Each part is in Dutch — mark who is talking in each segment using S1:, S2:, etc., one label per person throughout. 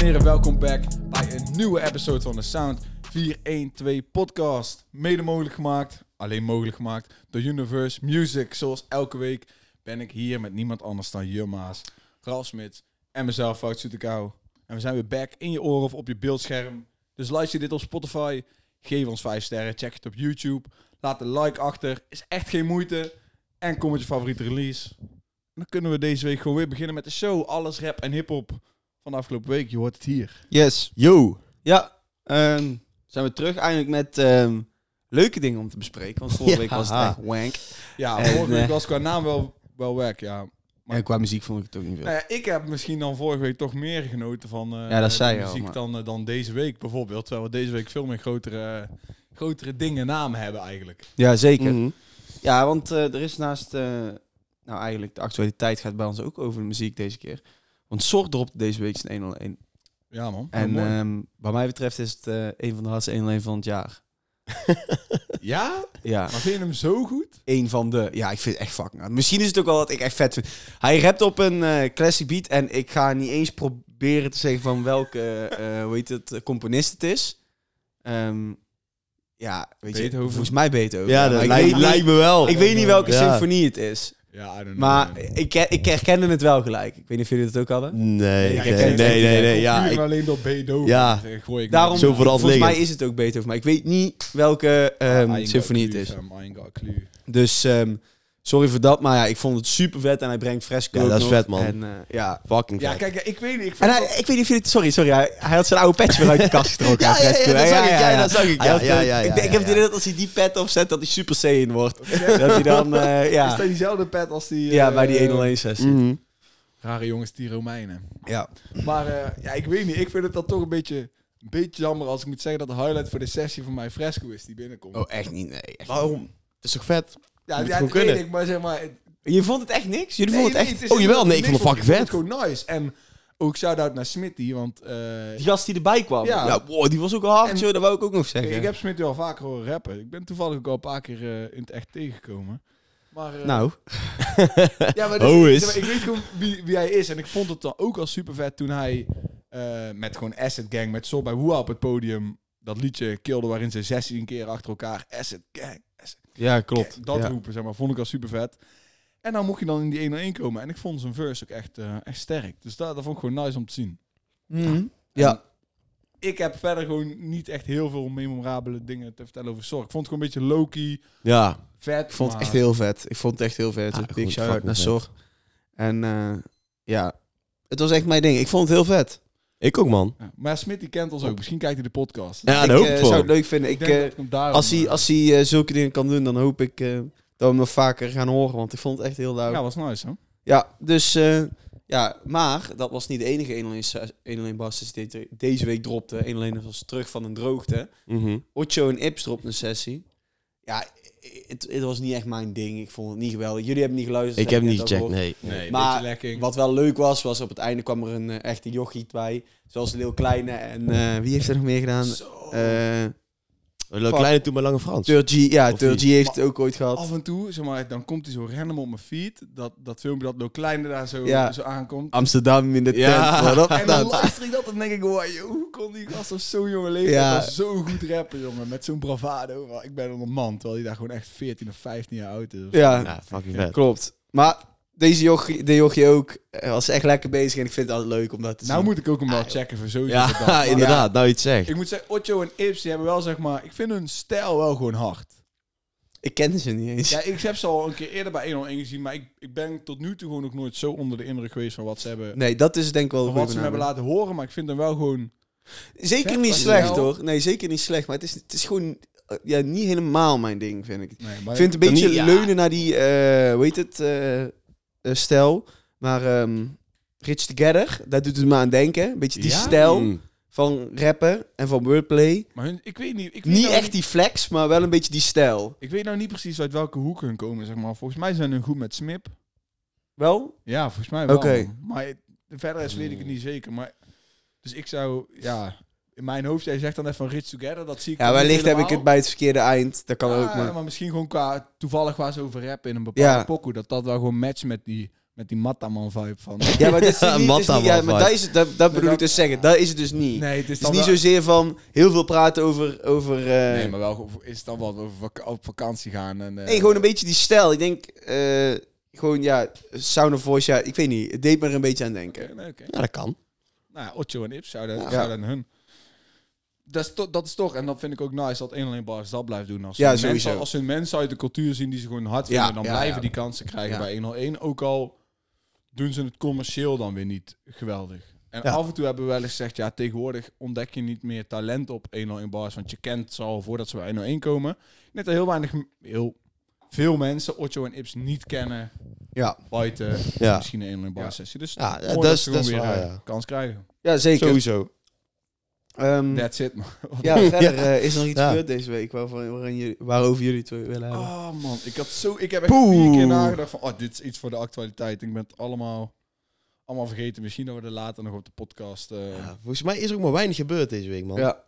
S1: heren, welkom back bij een nieuwe episode van de Sound 412 podcast. Mede mogelijk gemaakt, alleen mogelijk gemaakt, door Universe Music. Zoals elke week ben ik hier met niemand anders dan Jumma's, Ralf Smits en mezelf, Fout Soetekau. En we zijn weer back in je oren of op je beeldscherm. Dus luister je dit op Spotify, geef ons 5 sterren, check het op YouTube. Laat een like achter, is echt geen moeite. En kom met je favoriete release. En dan kunnen we deze week gewoon weer beginnen met de show. Alles rap en hip-hop van de afgelopen week. Je hoort het hier.
S2: Yes. Yo. Ja. ehm, zijn we terug eindelijk met ehm, leuke dingen om te bespreken. Want vorige
S3: Ja.
S2: week was het echt wank.
S1: Ja,
S2: En,
S1: vorige week
S2: eh,
S1: was qua naam wel, wel werk, ja. Maar-
S3: en qua muziek vond ik het ook niet
S2: Eh,
S3: veel.
S1: Nou ja, ik heb misschien dan vorige week toch meer genoten van eh,
S2: Ja, dat
S1: de
S2: zei je al,
S1: muziek
S2: maar-
S1: dan, eh, dan deze week bijvoorbeeld. Terwijl we deze week veel meer grotere, grotere dingen naam hebben eigenlijk.
S3: Ja, zeker.
S2: Mhm. Ja, want eh, er is naast... eh, nou, eigenlijk de actualiteit gaat bij ons ook over de muziek deze keer. Want Sort dropte deze week zijn 101.
S1: Ja man.
S2: En
S1: Ja, mooi.
S2: ehm, wat mij betreft is het eh, een van de hardste 101 van het jaar.
S1: ja,
S2: Ja,
S1: maar vind je hem zo goed?
S2: een van de... Ja, ik vind het echt fucking hard. Misschien is het ook wel dat ik echt vet vind.
S3: Hij rapt op een eh, classic beat en ik ga niet eens proberen te zeggen van welke, eh, eh, hoe heet het, eh, componist het is. Ehm, ja, weet
S1: Beethoven.
S3: je, volgens mij Beethoven.
S2: Ja,
S3: maar
S2: dat
S3: ik
S2: lijkt,
S3: weet niet-
S2: lijkt me wel.
S3: Ik weet niet welke
S2: Ja.
S3: symfonie het is,
S1: Ja, I don't know.
S3: maar
S1: man.
S3: ik, ik herkende het wel gelijk. Ik weet niet of jullie het ook hadden.
S2: Nee,
S1: Ja,
S2: nee,
S1: ik ken
S2: nee,
S1: het
S2: nee,
S1: echt
S2: nee,
S1: niet, hè.
S2: ja.
S1: Puur
S2: Ik,
S1: en alleen door Beethoven.
S2: Ja.
S1: eh, gooi ik
S3: Daarom,
S2: Zo vooral
S3: volgens mij
S2: liggen.
S3: is het ook Beethoven, maar ik weet niet welke ehm,
S1: Ain't got
S3: symfonie het
S1: clue,
S3: is.
S1: fam, ain't got clue.
S3: Dus ehm, sorry voor dat, maar ja, ik vond het super vet en hij brengt fresco.
S2: Ja, dat
S3: ook
S2: is
S3: nog.
S2: vet, man.
S3: En, eh, ja.
S2: Fucking
S1: Ja,
S2: vet.
S1: kijk, ja, ik weet niet. Ik
S3: en
S1: vind
S3: hij,
S1: wel-
S3: ik weet niet of jullie het, sorry, sorry, hij, hij had zijn oude patch weer uit de kast getrokken.
S2: Ja,
S3: hè,
S2: ja, ja,
S3: fresco.
S2: dat zag ik, ja, dat zag ik,
S3: Hij
S2: ja,
S3: had,
S2: ja,
S3: eh,
S2: ja,
S3: ik
S2: ja,
S3: denk- ik heb het
S2: ja.
S3: idee dat als hij die pet opzet, dat hij Super Saiyan wordt. dat hij dan, eh, ja,
S1: Is dat diezelfde pet als die...
S3: ja,
S1: eh,
S3: bij die 101 sessie.
S2: Mhm.
S1: Rare jongens, die Romeinen.
S3: Ja.
S1: Maar eh, ja, ik weet niet. Ik vind het dan toch een beetje, een beetje jammer als ik moet zeggen dat de highlight voor de sessie van mij Fresco is die binnenkomt.
S3: Oh, echt niet, nee. echt niet.
S2: Waarom? Het is toch vet?
S1: ja,
S2: moet
S1: ja,
S2: gewoon
S1: dat weet
S2: kunnen.
S1: ik, maar zeg maar... het-
S3: Je vond het echt niks? Jullie vonden
S1: nee,
S3: het echt...
S1: het is
S2: oh, jawel,
S1: helemaal
S2: nee, ik
S1: niks,
S2: vond het
S1: want
S2: fucking
S1: ik vond het gewoon nice. En ook shout-out naar Smitty, want eh,
S3: Die gast die erbij kwam.
S1: Ja.
S3: Ja, wow, die was ook hard,
S1: En-
S3: joh, dat wou ik ook nog zeggen.
S1: ik heb Smitty al vaker horen rappen. Ik ben toevallig ook al een paar keer eh, in het echt tegengekomen. Maar, eh,
S3: Nou,
S1: Ja, maar
S2: Oh,
S1: dus,
S2: is.
S1: ik weet gewoon wie, wie hij is. En ik vond het dan ook al super vet toen hij eh, met gewoon Acid Gang, met Sol bij Woeha op het podium, dat liedje kilde waarin ze 16 keer achter elkaar Acid Gang, Acid
S2: Ja,
S1: Gang, dat roepen, zeg maar, vond ik al super vet. En dan mocht je dan in die 101 komen. En ik vond zijn verse ook echt, eh, echt sterk. Dus dat, dat vond ik gewoon nice om te zien.
S3: Mm. Ja.
S1: Ik heb verder gewoon niet echt heel veel memorabele dingen te vertellen over Zorg. Ik vond het gewoon een beetje low-key,
S2: Ja.
S1: vet.
S3: ik vond het
S1: maar-
S3: echt heel vet. Ik vond het echt heel vet.
S2: Ja,
S3: Dus big
S2: goed,
S3: shout-out naar
S2: fucking
S3: Sor. En eh, ja, het was echt mijn ding. Ik vond het heel vet.
S2: Ik ook, man.
S1: Ja, Maar Smit die kent ons ook. Misschien kijkt hij de podcast.
S2: Ja,
S3: ik
S2: daar hoop
S3: eh,
S2: ik
S3: zou het
S2: voor.
S3: leuk vinden. Ik,
S1: Ik denk
S3: eh,
S1: dat ik hem daarom,
S3: als hij,
S1: eh,
S3: als hij eh, zulke dingen kan doen, dan hoop ik eh, dat we hem nog vaker gaan horen. Want ik vond het echt heel leuk.
S1: Ja,
S2: Nou.
S3: Ja,
S1: was nice, hè?
S3: dus... eh, ja, maar dat was niet de enige 101 se- 101 basis die de- deze week dropte. 101 was terug van een droogte.
S2: Mhm.
S3: Ocho en Ips erop een sessie. Ja, het, het was niet echt mijn ding. Ik vond het niet geweldig. Jullie hebben niet geluisterd.
S2: Ik
S3: dus
S2: heb
S3: heb
S2: niet
S3: je het
S2: gecheckt,
S3: ook
S2: nee.
S1: Nee,
S3: Maar-
S1: beetje lekker.
S3: gehoord. Wat wel leuk was, was op het einde kwam er een eh, echte jochie bij. Zoals Leeuw Kleine en eh, wie heeft er nog meer gedaan?
S1: Zo.
S3: Eh
S2: Leuk kleine toen maar lange Frans.
S3: Turgy, ja,
S2: Of wie?
S3: Turgy heeft het ook ooit gehad.
S1: Af en toe, zeg maar, dan komt hij zo random op mijn feed. Dat, dat filmpje dat door Kleine daar zo,
S3: Ja.
S1: zo aankomt.
S3: Amsterdam in de tent.
S2: Ja.
S3: Ja. Wat
S1: En dan luister ik dat en denk ik, wow, joh, hoe kon die gast op zo'n jonge leeftijd
S3: Ja.
S1: al zo goed rappen, jongen. Met zo'n bravado. Wow, Ik ben een man, terwijl hij daar gewoon echt 14 of 15 jaar oud is. Nou of zo.
S3: Ja,
S2: Ja, fucking vet.
S3: klopt. Maar deze jochie, de jochie ook, eh, was echt lekker bezig. En ik vind het altijd leuk om dat te
S1: Nou
S3: zien.
S1: moet ik ook hem wel checken voor zo'n soort dag.
S2: Ja,
S1: Maar
S2: inderdaad. Nou, je het zegt.
S1: Ik moet zeggen, Otto en Ips, die hebben wel, zeg maar... Ik vind hun stijl wel gewoon hard.
S3: Ik kende ze niet eens.
S1: Ja, ik heb ze al een keer eerder bij 101 gezien, maar ik, ik ben tot nu toe gewoon nog nooit zo onder de indruk geweest van wat ze hebben,
S3: Nee, dat is denk ik wel
S1: van
S3: een
S1: wat
S3: goede
S1: ze me hebben
S3: benaming.
S1: laten horen. Maar ik vind hem wel gewoon...
S3: Zeker
S1: Vet
S3: niet
S1: was
S3: slecht
S1: wel.
S3: hoor. Nee, zeker niet slecht. Maar het is, het is gewoon eh, ja, niet helemaal mijn ding, vind ik.
S1: Nee,
S3: Ik
S1: maar
S3: vind het een
S2: Dan
S3: beetje
S2: niet- ja.
S3: leunen naar die, eh hoe heet het, eh, eh, stijl. Maar ehm Rich Together, daar doet het me aan denken. Een beetje die
S1: Ja?
S3: stijl
S2: Mm.
S3: van rappen en van wordplay.
S1: Maar hun, ik weet niet... Ik weet
S3: Niet
S1: nou
S3: echt die flex, maar wel een beetje die stijl.
S1: Ik weet nou niet precies uit welke hoeken hun komen, zeg maar. Volgens mij zijn hun goed met Smip.
S3: Wel?
S1: Ja, volgens mij wel.
S3: Oké.
S1: Maar het- verder is weet ik het niet zeker. Maar, dus ik zou... Ja, in mijn hoofd, jij zegt dan even Rich Together, dat zie ik
S3: Ja,
S1: nog niet
S3: wellicht heb
S1: helemaal.
S3: ik
S1: Ah,
S3: het Ah, bij het verkeerde eind. Dat kan
S1: Ja,
S3: ook, maar...
S1: maar misschien gewoon qua toevallig waar ze over rappen in een bepaalde
S3: Ja.
S1: pokoe. Dat dat wel gewoon matcht met die Met die Mattaman vibe van.
S3: Ja, maar, dit is niet, het is niet- ja,
S2: Matta
S3: maar
S2: man
S3: dat, is, het- dat, dat bedoel
S1: dat-
S3: ik dus zeggen. Dat is het dus niet.
S1: Nee, het is
S3: het is
S1: dan
S3: niet
S1: wel-
S3: zozeer van heel veel praten over... over eh,
S1: Nee, maar wel over- is het dan wat over vak- op vakantie gaan en. eh,
S3: Nee, gewoon een beetje die stijl. Ik denk, eh, gewoon ja, Sound of Voice, ja, ik weet niet. Het deed me er een beetje aan denken.
S1: Oké, nee, oké.
S2: Ja, dat kan.
S1: Nou, ja, Otjo en Ips, zouden
S3: Ja.
S1: ja. hun. Dat is, to- dat is toch, en dat vind ik ook nice dat een alleen bars dat blijft doen. Als,
S3: Ja,
S1: hun mensen-
S3: sowieso.
S1: als hun mensen uit de cultuur zien die ze gewoon hard
S3: Ja,
S1: vinden, dan
S3: ja,
S1: blijven
S3: ja.
S1: die kansen krijgen
S3: Ja.
S1: bij 101. Ook al doen ze het commercieel dan weer niet geweldig. En
S2: Ja.
S1: af en toe hebben we wel eens gezegd, ja, tegenwoordig ontdek je niet meer talent op 101 bars, want je kent ze al voordat ze bij 101 komen. Net dat heel weinig, heel veel mensen Otjo en Ips niet kennen
S2: Ja.
S1: buiten
S2: Ja.
S1: misschien een 101 bar sessie. Dus
S2: Ja,
S1: mooi
S2: dat is-
S1: ze
S2: dat is
S1: gewoon weer
S2: waar,
S1: eh,
S2: ja.
S1: kans krijgen.
S3: Ja, zeker.
S2: Sowieso.
S3: Ehm,
S1: That's it, man.
S3: ja, verder eh, is er nog iets
S2: Ja.
S3: gebeurd deze week waarvan, waarin jullie, waarover jullie het willen hebben.
S1: Oh man, ik had zo, ik heb echt vier
S2: Poeh.
S1: keer nagedacht van, oh dit is iets voor de actualiteit. Ik ben het allemaal, allemaal vergeten. Misschien dat we er later nog op de podcast. eh,
S2: Ja, volgens mij is er ook maar weinig gebeurd deze week, man.
S3: Ja.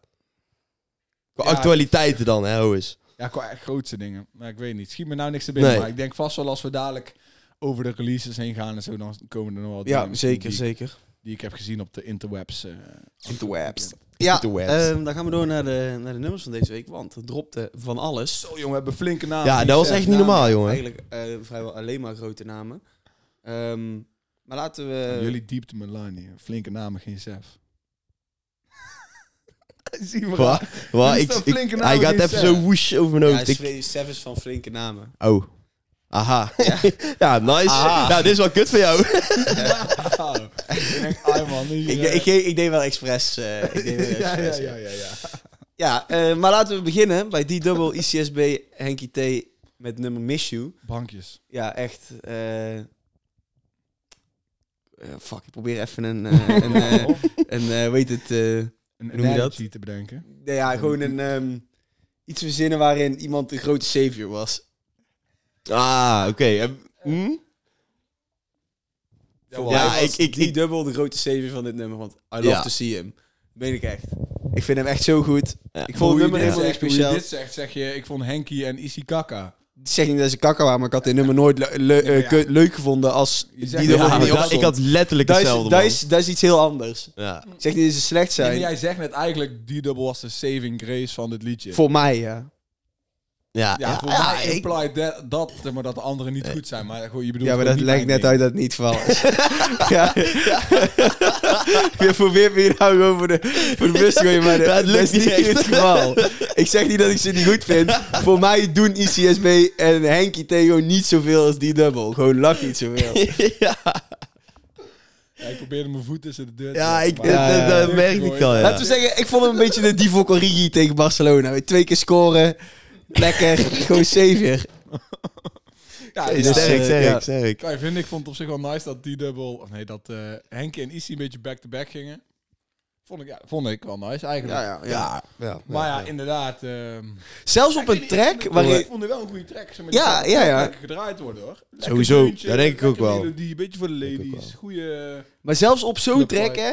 S2: Qua
S1: Ja.
S2: actualiteiten dan, hè, hoe is?
S1: ja, qua echt grootste dingen. Maar ik weet niet. Schiet me nou niks te binnen.
S2: Nee.
S1: Maar ik denk vast wel als we dadelijk over de releases heen gaan en zo, dan komen er nog wel
S3: Ja,
S1: dingen
S3: zeker,
S1: die,
S3: zeker.
S1: die ik heb gezien op de interwebs. eh.
S3: Interwebs. Ja,
S2: De webs.
S3: ehm, dan gaan we door naar de, naar de nummers van deze week, want er dropte van alles. Ah,
S1: Zo Oh, jongen, we hebben flinke namen.
S2: ja,
S1: Die
S2: dat was
S1: zijn
S2: echt niet
S1: namen.
S2: normaal, jongen.
S3: Eigenlijk eh, vrijwel alleen maar grote namen. Ehm, maar laten we...
S1: Jullie diepte mijn line hier. Flinke namen, geen zef. Zie maar.
S2: Wat? Wat?
S1: is
S2: Ik,
S1: toch
S2: ik-
S1: flinke naam,
S2: hij gaat
S1: die
S2: even
S1: zeggen.
S2: zo woesh over mijn
S3: ja,
S2: hoofd. Ik-
S3: Sven- Sef is van flinke namen.
S2: oh. Aha. Ja, nice.
S3: Aha.
S2: Nou, dit is wel kut voor jou.
S1: ik denk, ah man, hier,
S3: Ik,
S1: eh,
S3: de- ik, ge- ik deed wel expres. eh, ik deed
S1: ja,
S3: wel
S1: ja,
S3: expres,
S1: ja, ja, ja.
S3: Ja, eh, maar laten we beginnen bij D-Double, ICSB, Henky T met nummer Miss You.
S1: Bankjes.
S3: Ja, echt. eh, eh, fuck, ik probeer even een, eh, een, eh,
S1: Of
S3: een eh, weet het, eh,
S1: een
S3: noem je dat?
S1: analogy te bedenken.
S3: nou ja, gewoon een, ehm, iets verzinnen waarin iemand de grote savior was.
S2: Ah, oké. En- hm?
S3: Voor
S2: ja,
S3: mij was
S2: ik- ik- ik-
S3: D-Double de grote savior van dit nummer, want I love
S2: Ja.
S3: to see him. Meen ik echt. Ik vind hem echt zo goed. Ik vond
S1: Hoe
S3: het
S1: je
S3: nummer
S1: dit
S3: helemaal niet
S1: zegt, hoe
S3: speciaal.
S1: je dit zegt, zeg je, ik vond Henky en Isikaka.
S3: Ik zeg niet dat ze kakker waren, maar ik had dit nummer nooit le- le-
S1: maar ja.
S3: eh, ke- leuk gevonden als
S1: Je
S3: die
S1: zegt-
S3: er
S1: Ja,
S3: nog
S2: maar
S3: niet op
S2: dat- ik
S3: stond.
S2: had letterlijk
S3: Dat is-
S2: hetzelfde,
S3: dat
S2: man.
S3: is, dat is iets heel anders.
S2: Ja.
S3: Ik zeg niet dat ze slecht
S1: En
S3: zijn.
S1: jij zegt net eigenlijk, die dubbel was de saving grace van dit liedje.
S3: Voor mij, ja.
S2: Ja,
S1: ja, voor
S2: ja,
S1: mij
S2: ik-
S1: implied dat, dat, zeg maar dat de anderen niet goed zijn. Maar gewoon, je bedoelt
S3: ja, maar
S1: gewoon
S3: dat
S1: die
S3: lijkt net
S1: pijn
S3: uit dat het niet het geval is. ja. je probeert me hier nou gewoon voor de, voor de bus te gooien, maar
S2: Ja, het
S3: dat,
S2: lukt
S3: is niet
S2: niet echt.
S3: het geval. Ik zeg niet dat ik ze niet goed vind. voor mij doen ICSB en Henkie Theo niet zoveel als die dubbel. Gewoon lach niet zoveel.
S2: ja,
S1: ding. Ja, ik probeerde mijn voet tussen de deur te
S2: ja,
S1: zetten,
S2: ik,
S1: maar-
S2: dat,
S3: ja,
S2: dat- dat merk ik al, ja.
S3: Laten we zeggen, ik vond hem een beetje de Divo Origi tegen Barcelona. Weet, Twee keer scoren, lekker, gewoon savior.
S1: Ja,
S2: Hey,
S1: ja.
S2: Sterk,
S3: eh, ja.
S2: sterk, sterk.
S1: Ja, ik vind ik vond het op zich wel nice dat die dubbel, of nee, dat eh Henky en Issy een beetje back-to-back gingen. Vond ik, ja, vond ik wel nice eigenlijk.
S2: Ja, ja.
S1: Maar ja, inderdaad. ehm,
S3: Zelfs op een track waarin...
S1: Ik vond het wel een goede track. Zeg maar,
S3: Ja,
S1: die kan
S3: ja, ja.
S1: lekker gedraaid worden hoor. Lekker
S2: Sowieso,
S1: deuntje,
S2: dat denk ik ook
S1: lekker
S2: wel.
S1: Melodie, een beetje voor de
S2: Denk ik ook
S1: ladies. Goede.
S3: Maar zelfs op zo'n
S1: Club
S3: track,
S1: Live.
S3: hè,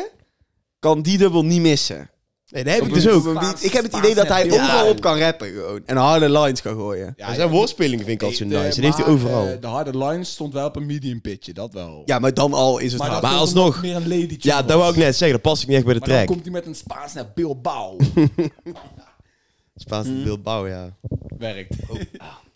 S3: kan die dubbel niet missen.
S2: Nee, dat heb
S1: Op
S2: ik
S1: een-
S2: dus ook.
S1: Spaans-
S3: Want ik heb het
S1: Spaans
S3: idee dat hij
S1: rap,
S2: ja.
S3: overal op kan rappen gewoon. En harde lines kan gooien.
S2: Er zijn woordspelingen vind ik altijd zo nice. Die heeft hij overal.
S1: eh, de harde line stond wel op een medium pitje, dat wel.
S3: Ja, maar dan al is het
S1: dat
S3: hard.
S2: maar
S1: komt
S2: alsnog.
S1: omdat het Meer een lady
S2: ja, dat wou ik net zeggen. Dat past ik niet echt bij de
S1: Maar dan
S2: track.
S1: komt hij met een Spaans naar Bilbao.
S2: Spaans Bilbao, ja.
S1: Werkt.
S2: Oh.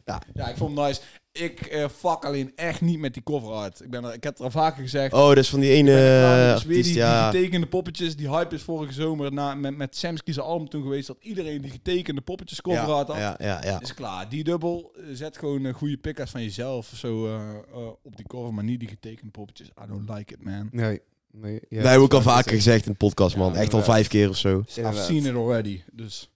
S2: Ja.
S1: Ja, ik vond hem nice. Ik eh, fuck alleen echt niet met die cover art. Ik, ben er, ik heb het er al vaker gezegd.
S2: Oh, dat is van die ene
S1: Uh,
S2: eh,
S1: dus weer
S2: artiest,
S1: die,
S2: ja.
S1: die getekende poppetjes. Die hype is vorige zomer na, met, met Samsky zijn album toen geweest. Dat iedereen die getekende poppetjes cover
S2: Ja,
S1: had.
S2: ja, ja, ja.
S1: Is klaar. Die dubbel. eh, Zet gewoon eh, goede pickers van jezelf of zo eh, eh, op die cover. Maar niet die getekende poppetjes. I don't like it, man.
S3: Nee. nee ja,
S2: dat hebben we ook al vaker gezegd in de podcast, man.
S1: Ja,
S2: echt al
S3: inderdaad.
S2: vijf keer of zo.
S1: I've
S3: Inderdaad.
S1: seen it already. Dus.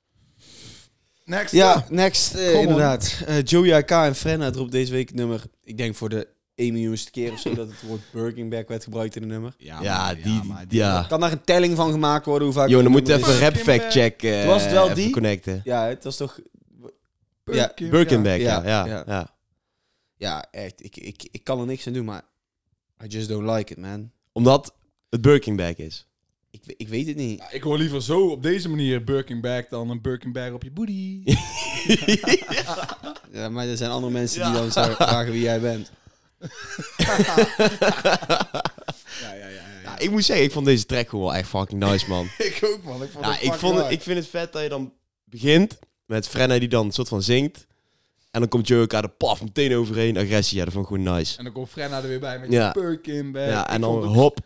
S1: Next.
S3: Ja, next, eh,
S1: Kom op.
S3: inderdaad. Eh Joey AK en Frenna dropt deze week het nummer... Ik denk voor de 1 miljoenste keer of zo dat het woord Birking Back werd gebruikt in een nummer.
S1: Ja,
S2: Ja,
S1: maar-
S2: die,
S1: maar
S2: ja.
S3: Kan daar een telling van gemaakt worden hoe vaak...
S2: Yo,
S3: het
S2: dan moet je
S3: nummer
S2: even een
S3: is?
S2: rap fact check eh,
S3: Was het wel
S2: even
S3: die?
S2: connecten.
S3: Ja, het was toch... Ja,
S1: Birkin,
S2: Birkenbeck, ja. Ja,
S3: Ja, ja.
S2: ja.
S3: Ja, echt. Ik, ik, ik kan er niks aan doen, maar... I just don't like it, man.
S2: Omdat het Birkenbeck is.
S3: Ik, we- ik weet het niet.
S1: Ja, Nou, ik hoor liever zo op deze manier Birkin Bag dan een Birkin Bag op je booty.
S3: Ja, maar er zijn andere mensen
S2: Ja.
S3: die dan zouden vragen wie jij bent.
S1: Ja, ja, ja. ja, ja.
S4: Ja, ik moet zeggen, ik vond deze track gewoon wel echt fucking nice, man.
S1: ik ook, man. Ik vond
S4: ja,
S1: het
S4: ik,
S1: fucking
S4: vond het,
S1: hard.
S4: ik vind het vet dat je dan begint met Frenna die dan een soort van zingt. En dan komt Joe de paf meteen overheen. Agressie, ja, dat vond ik gewoon nice.
S1: En dan komt Frenna er weer bij met
S4: Ja.
S1: je perk in bed.
S4: Ja, en
S1: Ik
S4: dan
S1: vond het-
S4: hop.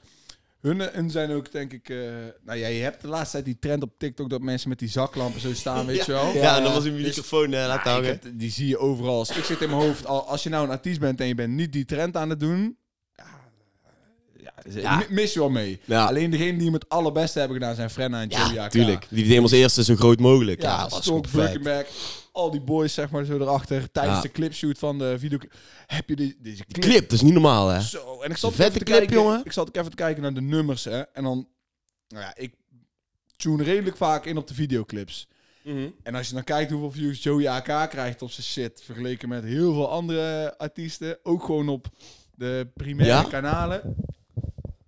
S1: Hun hun zijn ook, denk ik... eh, nou ja, je hebt de laatste tijd die trend op TikTok... dat mensen met die zaklampen zo staan, weet je wel.
S4: Ja, en dan was hij mijn microfoon eh, laten
S1: Ja, ik
S4: hangen.
S1: heb- die zie je overal. Als ik zit in mijn hoofd, al, als je nou een artiest bent en je bent niet die trend aan het doen, ja, ja,
S4: Ja.
S1: mi- mis je wel mee.
S4: Ja.
S1: Alleen degene die hem het allerbeste hebben gedaan zijn Frenna en Joey
S4: Ja,
S1: AK.
S4: tuurlijk. Die deed hem als eerste zo groot mogelijk. Ja,
S1: Ja,
S4: dat was
S1: Stok,
S4: gewoon vet.
S1: Back, al die boys zeg maar zo erachter. Tijdens
S4: Ja.
S1: de clipshoot van de video heb je die, deze clip.
S4: Clip, dat is niet normaal, hè?
S1: Zo, en ik zat ook
S4: Vette
S1: even te
S4: clip,
S1: kijken,
S4: jongen.
S1: Ik zat ook even te kijken naar de nummers, hè. En dan, nou ja, ik tune redelijk vaak in op de videoclips. En als je dan kijkt hoeveel views Joey AK krijgt op zijn shit, vergeleken met heel veel andere artiesten, ook gewoon op de primaire
S4: Ja?
S1: kanalen.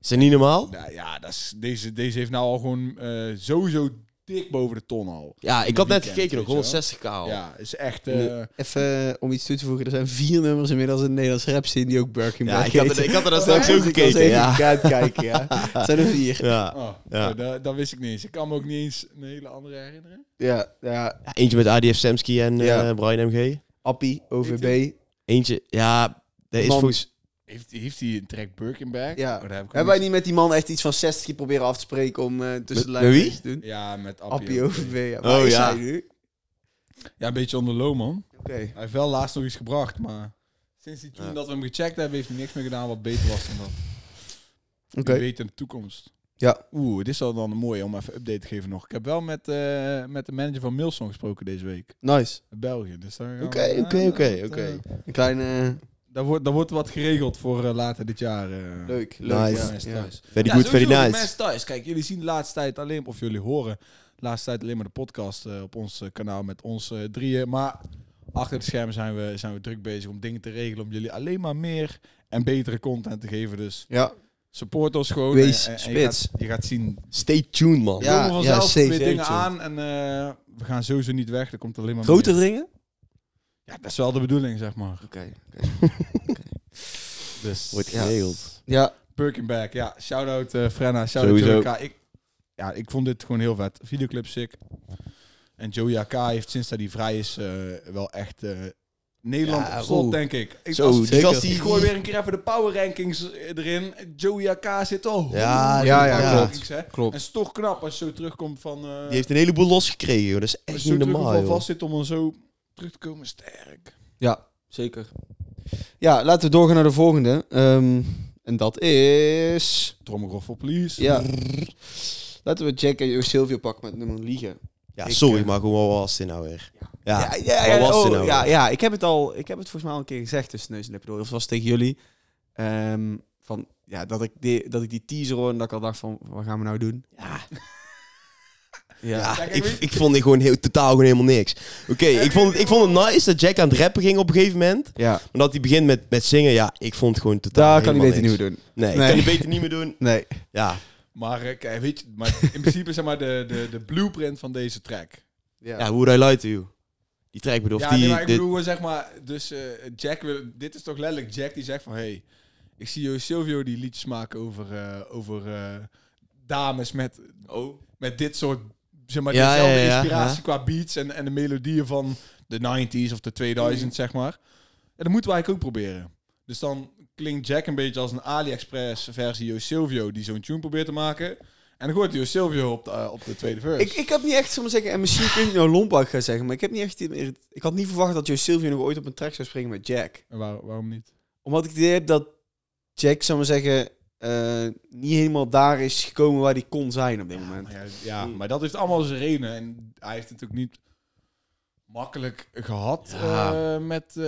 S4: Is dat niet normaal?
S1: Nou ja, dat is, deze, deze heeft nou al gewoon eh, sowieso dik boven de ton al.
S4: Ja, ik
S1: In
S4: had
S1: de
S4: net
S1: weekend,
S4: gekeken nog,
S1: weet je wel.
S4: 160k al.
S1: Ja, is echt... eh,
S2: Nee.
S3: Even om iets toe te voegen. Er zijn vier nummers inmiddels in de Nederlands rap scene die ook Birkin
S4: Ja,
S3: Black
S4: ik, had,
S3: heten.
S4: er- ik had er dan
S3: Dus
S4: straks ook
S3: ik was
S4: gekeken.
S3: even
S4: Ja.
S3: uitkijken, ja. Het zijn er vier.
S4: Ja.
S1: oh,
S4: Ja.
S1: nou, dat, dat wist ik niet eens. Ik kan me ook niet eens een hele andere herinneren.
S3: Ja, ja.
S4: Ja, Eentje met ADF Semski en eh,
S3: Ja.
S4: Brian MG.
S3: Appie, OVB.
S4: Eentje, ja, dat is
S3: Man.
S4: volgens...
S1: Heeft, heeft hij een track Birkenberg?
S3: Ja.
S1: Oh, daar heb ik
S3: Hebben wij
S1: niet-
S3: niet met die man echt iets van 60 keer proberen af te spreken om eh, tussen de
S4: Met-
S3: lijnen
S4: met
S3: te
S4: wie?
S3: doen?
S1: Ja, met Appie.
S3: Appie,
S1: ook.
S3: OVB. Ja. Waar
S4: Oh,
S3: is
S4: ja.
S3: hij nu?
S1: Ja, een beetje onder low, man.
S3: Oké.
S1: Hij heeft wel laatst nog iets gebracht, maar... Sinds die tune
S4: Ja.
S1: dat we hem gecheckt hebben, heeft hij niks meer gedaan wat beter was dan dat.
S3: Oké.
S1: Wie weet in de toekomst.
S3: Ja.
S1: Oeh, dit is al dan een mooie om even update te geven nog. Ik heb wel met, eh, met de manager van Milson gesproken deze week.
S3: Nice.
S1: Uit België. Dus daar gaan we-
S4: Oké, oké,
S1: ja,
S4: oké,
S1: dat,
S4: oké.
S1: eh,
S3: Een kleine...
S1: Daar wordt, daar wordt wat geregeld voor eh, later dit jaar. eh,
S3: Leuk, leuk.
S1: voor de
S4: Nice.
S3: ja,
S1: mensen
S3: ja.
S1: thuis.
S4: Very
S1: Ja,
S4: good,
S1: sowieso
S4: very
S1: voor de
S4: nice.
S1: mensen thuis. Kijk, jullie zien de laatste tijd alleen, of jullie horen de laatste tijd alleen maar de podcast eh, op ons eh, kanaal met ons eh, drieën. Maar achter de schermen zijn we, zijn we druk bezig om dingen te regelen. Om jullie alleen maar meer en betere content te geven. Dus
S3: Ja,
S1: support ons gewoon.
S3: Wees
S1: en, en, en je,
S3: spits.
S1: gaat, je gaat zien
S4: Stay tuned, man.
S3: Ja,
S1: ja, komen vanzelf
S3: ja,
S1: weer
S3: zeker.
S1: dingen aan en eh, we gaan sowieso niet weg. Er komt alleen maar
S3: Grote
S1: meer.
S3: ringen?
S1: Ja, dat is wel de bedoeling, zeg maar.
S3: Oké.
S1: Dus
S4: Wordt
S3: Ja.
S4: geregeld.
S3: Ja,
S1: Birkenback, ja. Shout-out eh, Frenna, shout-out
S4: Sowieso.
S1: Joey K. Ik, ja, ik vond dit gewoon heel vet. Videoclip sick. En Joey K heeft sinds dat hij vrij is eh, wel echt eh, Nederland
S4: Ja,
S1: op slot,
S4: oeh.
S1: denk ik. ik
S4: Zo,
S1: als-
S4: die
S1: zeker.
S4: gast die-
S1: Ik gooi weer een keer even de power rankings eh, erin. Joey K zit al.
S4: Ja,
S3: Ja, ja,
S1: power
S3: klopt.
S1: rankings, hè. En
S3: klopt.
S1: het is toch knap als je zo terugkomt van... eh,
S4: Die heeft een heleboel losgekregen, joh. Dat is
S1: als
S4: echt
S1: je zo
S4: niet
S1: terugkomt
S4: normaal,
S1: van
S4: joh.
S1: vast zit om dan zo terug te komen sterk.
S3: Ja, zeker. Ja, laten we doorgaan naar de volgende. Ehm, en dat is...
S1: Trommelgroffel, please.
S3: Ja. Laten we Jack en Jo Silvio pakken met nummer liegen.
S4: Ja,
S3: Ik,
S4: sorry,
S3: eh,
S4: maar gewoon, wat was dit nou weer? Ja,
S3: Ja, ja,
S4: Wat
S3: ja,
S4: was
S3: oh,
S4: er nou?
S3: ja, ja, ik heb het al, ik heb het volgens mij al een keer gezegd tussen neus en lippen door. Of was het tegen jullie. Ehm, van, ja, dat ik, die, dat ik die teaser hoorde en dat ik al dacht van, wat gaan we nou doen?
S4: Ja.
S3: Ja.
S4: Ja,
S1: kijk,
S4: ik,
S1: weet je-
S4: ik vond dit gewoon heel, totaal gewoon helemaal niks. Oké, ik, vond het- ik vond het nice dat Jack aan het rappen ging op een gegeven moment.
S3: Ja.
S4: Maar dat hij begint met, met zingen, ja, ik vond het gewoon totaal
S3: Daar kan hij
S4: helemaal
S3: beter niet
S4: niks.
S3: meer doen.
S4: Nee,
S3: Nee.
S4: kan hij beter niet meer doen.
S3: Nee.
S4: Ja,
S1: Maar, eh, kijk, weet je, maar in principe zeg maar de, de, de blueprint van deze track.
S4: ja hoe hij lied, joh. Die track bedoel, of
S1: ja,
S4: die...
S1: nee, maar ik
S4: dit-
S1: bedoel, gewoon, zeg maar, dus eh, Jack wil, dit is toch letterlijk Jack die zegt van, hey, ik zie Jo Silvio die liedjes maken over, eh, over eh, dames met, met dit soort, zeg maar,
S4: Ja,
S1: dezelfde
S4: ja, ja,
S1: inspiratie
S4: ja.
S1: qua beats en, en de melodieën van de 90s of de 2000, zeg maar. En dat moeten we eigenlijk ook proberen. Dus dan klinkt Jack een beetje als een AliExpress versie Jo Silvio die zo'n tune probeert te maken. En dan gooit Jo Silvio op de, eh, op de tweede verse.
S3: Ik, ik heb niet echt, zullen we zeggen, en misschien kun je nou lompak gaan zeggen, maar ik heb niet echt, ik had niet verwacht dat Jo Silvio nog ooit op een track zou springen met Jack.
S1: En waar- waarom niet?
S3: Omdat ik het idee heb dat Jack, zullen we zeggen, eh, niet helemaal daar is gekomen waar hij kon zijn op dit moment.
S1: Maar ja, ja, maar dat heeft allemaal zijn redenen. En hij heeft het ook niet makkelijk gehad
S4: Ja.
S1: eh, met eh,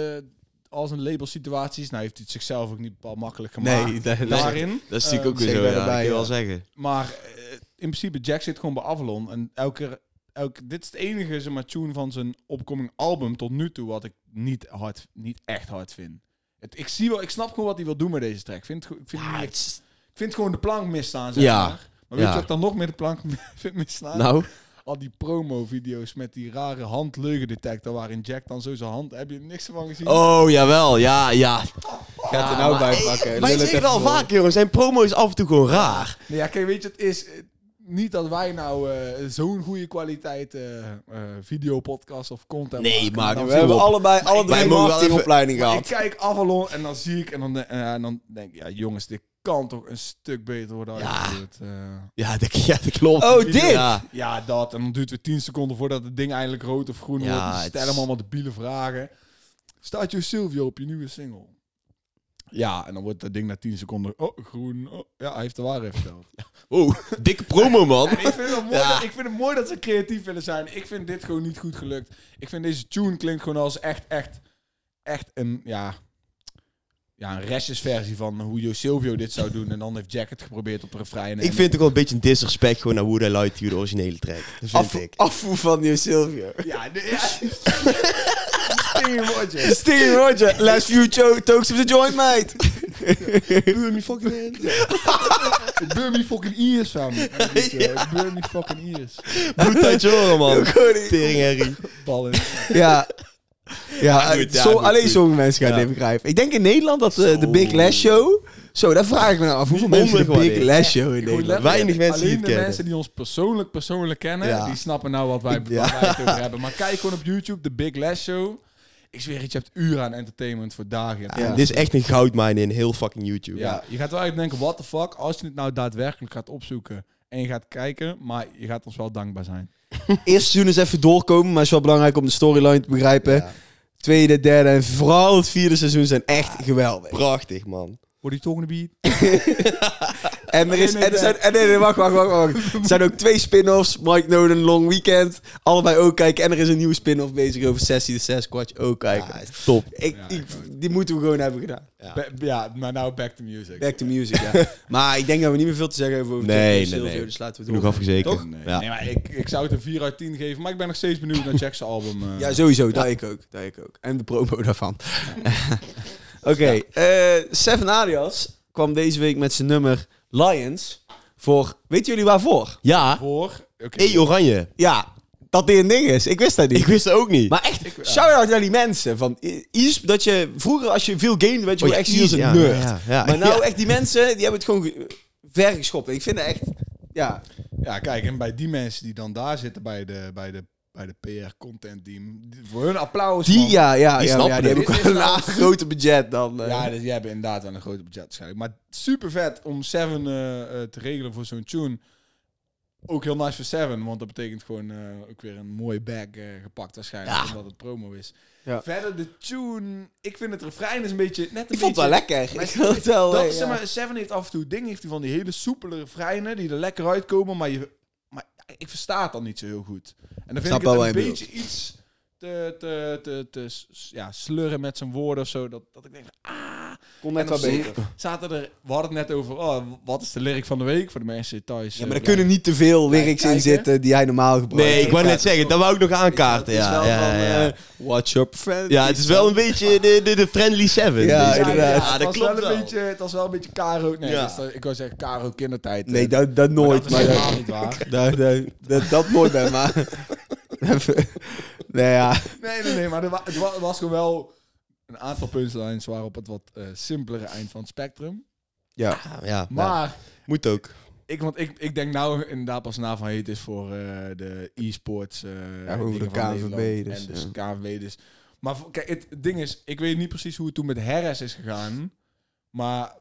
S1: al zijn labelsituaties. Nou heeft hij het zichzelf ook niet bepaald makkelijk gemaakt.
S3: Nee, dat,
S1: Daarin.
S4: Dat is natuurlijk ook
S1: Eh,
S4: weer
S3: zeg
S4: zo,
S3: maar
S4: ja, dat
S3: erbij,
S4: kun je
S3: ja.
S4: wel zeggen.
S1: Maar eh, in principe, Jack zit gewoon bij Avalon. En elke, keer- elke, dit is het enige zeg maar, tune van zijn opkoming album tot nu toe wat ik niet, hard, niet echt hard vind. Het, ik, zie wel, ik snap gewoon wat hij wil doen met deze track. Ik vind, het go- ik vind, het
S4: Ja,
S1: niet
S4: het
S1: echt-
S4: is-
S1: ik vind gewoon de plank misstaan, zeg
S4: Ja.
S1: maar. Maar weet
S4: Ja.
S1: je wat ik dan nog meer de plank vind misstaan?
S4: Nou,
S1: al die promo-video's met die rare handleugendetector waarin Jack dan zo zijn hand... Heb je niks van gezien?
S4: Oh, jawel. Ja, ja.
S3: Gaat er nou bij pakken.
S4: Wij zeggen het al vaak, jongens. Zijn promo is af en toe gewoon raar.
S1: Nee, ja, kijk, weet je, het is eh, niet dat wij nou eh, zo'n goede kwaliteit eh eh videopodcast of content
S4: Nee,
S1: maken.
S4: maar-
S1: Dan-
S3: We hebben
S4: Kom op.
S3: allebei, alle
S4: Wij
S3: drie
S4: mogen wel
S3: marketingopleiding
S1: maar
S3: gehad.
S1: ik kijk Avalon en dan zie ik en dan, de- eh, en dan denk ik, ja jongens, dit kan toch een stuk beter worden. als
S4: Ja.
S1: je dit, eh,
S4: Ja, dat, ja, dat klopt.
S3: Oh, dit?
S4: Ja.
S1: ja, dat. En dan duurt het weer 10 seconden voordat het ding eindelijk rood of groen
S4: Ja,
S1: wordt. En
S4: het
S1: ze
S4: is-
S1: stellen hem allemaal debiele vragen. Staat je Silvio op je nieuwe single? Ja, en dan wordt dat ding na 10 seconden, oh, groen. Oh, ja, hij heeft de waarheid verteld.
S4: Oh, dikke promo, man.
S1: En ik, vind het mooi,
S4: Ja.
S1: ik vind het mooi dat ze creatief willen zijn. Ik vind dit gewoon niet goed gelukt. Ik vind deze tune klinkt gewoon als echt, echt, echt een, ja, ja, een restjesversie van hoe Jo Silvio dit zou doen. En dan heeft Jack het geprobeerd op de refrein.
S4: Ik vind het ook wel een beetje een disrespect gewoon naar Would I Lie To You, de originele track. Dat vind
S3: Af,
S4: ik.
S3: afvoer van Nieuw Silvio.
S1: Ja, nee, ja. Stinging Roger.
S3: Stingy Roger, last few to tokes of the joint, mate.
S4: Burn me fucking hand.
S1: Burn me fucking ears, fam. Ja. Burn me fucking ears.
S4: Bloed uit je oren, man. Tering
S1: Ballen.
S3: Ja. Ja, eh,
S4: Ja, goed, ja,
S3: zo,
S4: goed,
S3: alleen
S4: goed.
S3: sommige mensen gaan
S4: Ja.
S3: dit begrijpen. Ik denk in Nederland dat eh, de
S4: Zo.
S3: Big Lash Show... Zo, daar vraag ik me nou af. Hoeveel mensen de Big
S4: Ondergewaardeerd.
S3: Lash Show in
S1: Gewoon
S3: Nederland?
S1: letterlijk,
S4: Weinig mensen die
S1: Alleen
S4: het
S1: de
S4: kennen.
S1: mensen die ons persoonlijk, persoonlijk kennen,
S4: Ja.
S1: die snappen nou wat wij,
S4: Ja.
S1: wat wij het over hebben. Maar kijk gewoon op YouTube, de Big Lash Show. Ik zweer het, je hebt uren aan entertainment voor dagen. Ja.
S4: Dit is echt een goudmijn in heel fucking YouTube.
S1: je gaat wel echt denken, what the fuck, als je het nou daadwerkelijk gaat opzoeken en je gaat kijken, maar je gaat ons wel dankbaar zijn.
S3: Eerste seizoen is even doorkomen, maar is wel belangrijk om de storyline te begrijpen.
S4: Ja.
S3: Tweede, derde en vooral het vierde seizoen zijn echt geweldig.
S4: Prachtig, man.
S1: Wordt die volgende beat?
S3: En er, is,
S1: Nee, nee,
S3: en er zijn... En nee, nee, wacht, wacht, wacht, wacht. Er zijn ook twee spin-offs. Mike Nolan, Long Weekend. Allebei ook kijken. En er is een nieuwe spin-off bezig over Sessie de Sasquatch. Ook kijken.
S4: Top.
S3: ik,
S1: Ja,
S3: ik, die moeten we gewoon hebben gedaan.
S4: Ja.
S1: Ba- Ja, maar nou back to music.
S3: Back to music, ja. maar ik denk dat we niet meer veel te zeggen hebben over
S4: Nee,
S3: Jack en
S4: nee,
S3: Silvio,
S4: nee.
S3: dus laten we
S4: Genoeg
S3: door.
S4: afgezekerd.
S1: Toch? Nee,
S4: Ja.
S1: nee, maar ik, ik zou het een 4 uit 10 geven, maar ik ben nog steeds benieuwd naar Jack's album. eh.
S3: Ja, sowieso. Dat ik ook. Dat ik ook. En de promo daarvan. Oké. eh Seven Arias kwam deze week met zijn nummer Lions voor... Weten jullie waarvoor?
S4: Ja.
S1: Voor, oké.
S4: Hey, Oranje.
S3: Ja, dat dit een ding is. Ik wist dat niet.
S4: Ik wist het ook niet.
S3: maar echt, shout-out naar die mensen. Van, i- Iers, dat je, vroeger als je veel game werd je wel
S4: Oh ja,
S3: echt zien als een
S4: Iers, ja,
S3: nerd.
S4: ja, ja.
S3: Maar nou
S4: Ja.
S3: echt, die mensen, die hebben het gewoon ge- ver geschopt. Ik vind het echt, ja,
S1: Ja, kijk, en bij die mensen die dan daar zitten bij de, bij de, bij de PR-content team, die- voor hun applaus.
S3: Die,
S1: man.
S3: ja, ja,
S4: Die
S3: ja,
S4: snappen
S3: ja, die
S4: het.
S3: hebben ook
S1: Dit is
S3: wel een
S1: nou-
S3: laag groter budget dan. eh.
S1: Ja, dus die hebben inderdaad wel een groot budget waarschijnlijk. Maar super vet om Seven eh, eh, te regelen voor zo'n tune. Ook heel nice voor Seven, want dat betekent gewoon eh, ook weer een mooie bag eh, gepakt waarschijnlijk,
S4: Ja.
S1: omdat het promo is.
S3: Ja.
S1: Verder de tune, ik vind het refrein is een beetje net een
S3: ik vond het
S1: beetje-
S3: wel lekker.
S1: Maar
S3: Ik vond het wel,
S1: Dat
S3: eh,
S1: is, zeg
S3: ja.
S1: maar, Seven heeft af en toe dingen, heeft hij van die hele soepele refreinen die er lekker uitkomen, maar, je, maar ik versta het dan niet zo heel goed. En dan vind
S3: Snap
S1: ik het
S3: wel
S1: een
S3: wat je
S1: beetje iets te, te, te, te s- ja, slurren met zijn woorden of zo, dat, dat ik denk,
S3: Kon
S1: en op zich zaten er, we hadden het net over, oh, wat is de lyric van de week voor de mensen thuis. Eh,
S3: Ja, maar er kunnen niet te veel lyrics in
S1: kijken.
S3: zitten die hij normaal gebruikt.
S4: Nee, ik wou net zeggen, dat wou ik nog aankaarten.
S3: Het is
S4: Ja,
S3: wel
S4: ja,
S3: van,
S4: ja.
S3: eh, Watch up, friend.
S4: ja, het is wel een beetje de, de, de friendly seven.
S3: Ja,
S4: Dus-
S3: inderdaad.
S4: Ja, dat
S1: was
S4: klopt
S1: wel
S4: wel.
S1: een beetje, het was wel een beetje Karo, nee,
S4: Ja.
S1: dus dat- ik wou zeggen Karo kindertijd.
S3: Nee,
S1: eh,
S3: dat, dat nooit.
S1: dat
S3: Maar
S1: is
S3: dat,
S1: helemaal niet waar.
S3: dat, dat, dat, dat nooit bij maar. nee, ja.
S1: Nee, nee, nee, maar er, wa- er wa- was gewoon wel een aantal punchlines waarop het wat eh, simpelere eind van het spectrum.
S4: Ja, ja, ja.
S1: Maar
S4: moet ook.
S1: ik, want ik, ik denk nou inderdaad pas na van hey, het is voor eh, de e-sports. eh
S3: over
S1: dingen
S3: de
S1: van
S3: KNVB
S1: Nederland
S3: dus,
S1: En dus KNVB dus. Maar voor- kijk, het, ding is, ik weet niet precies hoe het toen met Harris is gegaan. Maar